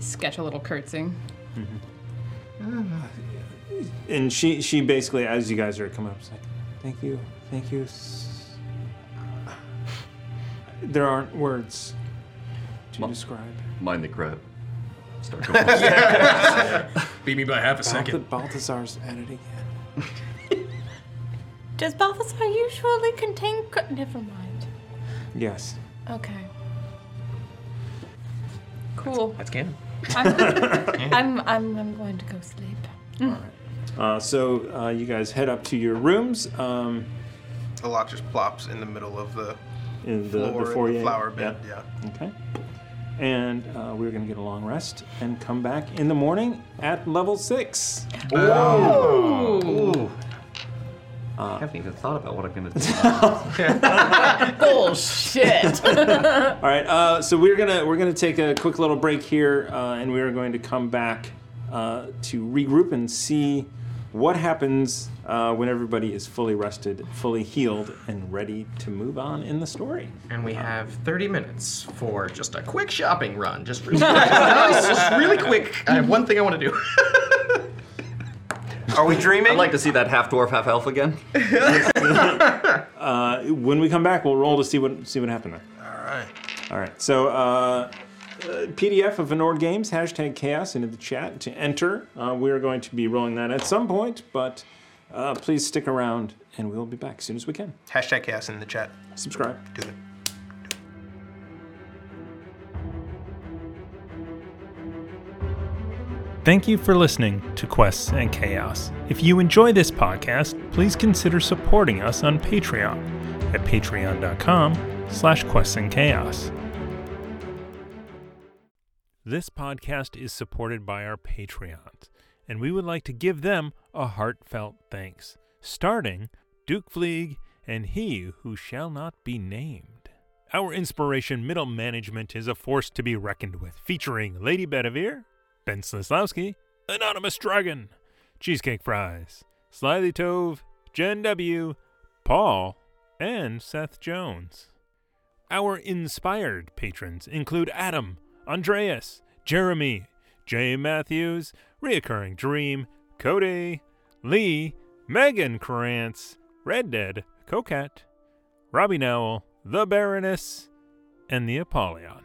[SPEAKER 7] sketch a little curtsy.
[SPEAKER 1] and she she basically as you guys are coming up, it's like, thank you, thank you. s- There aren't words to describe.
[SPEAKER 14] Mind the crab. Start going.
[SPEAKER 6] Beat me by half a
[SPEAKER 1] Balth-
[SPEAKER 6] second.
[SPEAKER 1] Balthazar's at it again.
[SPEAKER 15] Does Balthasar usually contain. Co- Never mind.
[SPEAKER 1] Yes.
[SPEAKER 15] Okay. Cool.
[SPEAKER 6] That's canon.
[SPEAKER 15] I'm, I'm, I'm, I'm going to go sleep.
[SPEAKER 1] Uh, so uh, you guys head up to your rooms. Um,
[SPEAKER 9] The lock just plops in the middle of the
[SPEAKER 1] in the,
[SPEAKER 9] floor,
[SPEAKER 1] the
[SPEAKER 9] and
[SPEAKER 1] foyer.
[SPEAKER 9] the flower bed. Yeah.
[SPEAKER 1] Okay. And uh, we're going to get a long rest and come back in the morning at level six.
[SPEAKER 3] Ooh.
[SPEAKER 1] I
[SPEAKER 3] haven't even thought about what I'm gonna do.
[SPEAKER 7] Bullshit.
[SPEAKER 1] All right, uh, so we're gonna we're gonna take a quick little break here, uh, and we are going to come back uh, to regroup and see what happens uh, when everybody is fully rested, fully healed, and ready to move on in the story.
[SPEAKER 8] And we have 30 minutes for just a quick shopping run. Just really,
[SPEAKER 6] Nice.
[SPEAKER 8] really quick. I have one thing I want to do.
[SPEAKER 3] Are we dreaming? I'd like to see that half dwarf, half elf again.
[SPEAKER 1] Uh, when we come back, we'll roll to see what see what happened there. All
[SPEAKER 9] right.
[SPEAKER 1] All right. So. Uh, uh, PDF of Venord Games, hashtag chaos into the chat to enter. Uh, we are going to be rolling that at some point, but uh, please stick around and we'll be back as soon as we can.
[SPEAKER 9] Hashtag chaos in the chat.
[SPEAKER 1] Subscribe.
[SPEAKER 9] Do it.
[SPEAKER 16] Thank you for listening to Quests and Chaos. If you enjoy this podcast, please consider supporting us on Patreon at patreon.com slash quests and chaos. This podcast is supported by our Patreons, and we would like to give them a heartfelt thanks, starting Duke Fleeg and He Who Shall Not Be Named. Our inspiration, Middle Management, is a force to be reckoned with, featuring Lady Bedivere, Ben Slislawski, Anonymous Dragon, Cheesecake Fries, Slyly Tove, Jen W., Paul, and Seth Jones. Our inspired patrons include Adam, Andreas, Jeremy, Jay Matthews, Reoccurring Dream, Cody, Lee, Megan Krantz, Red Dead, Coquette, Robbie Nowell, The Baroness, and The Apollyon.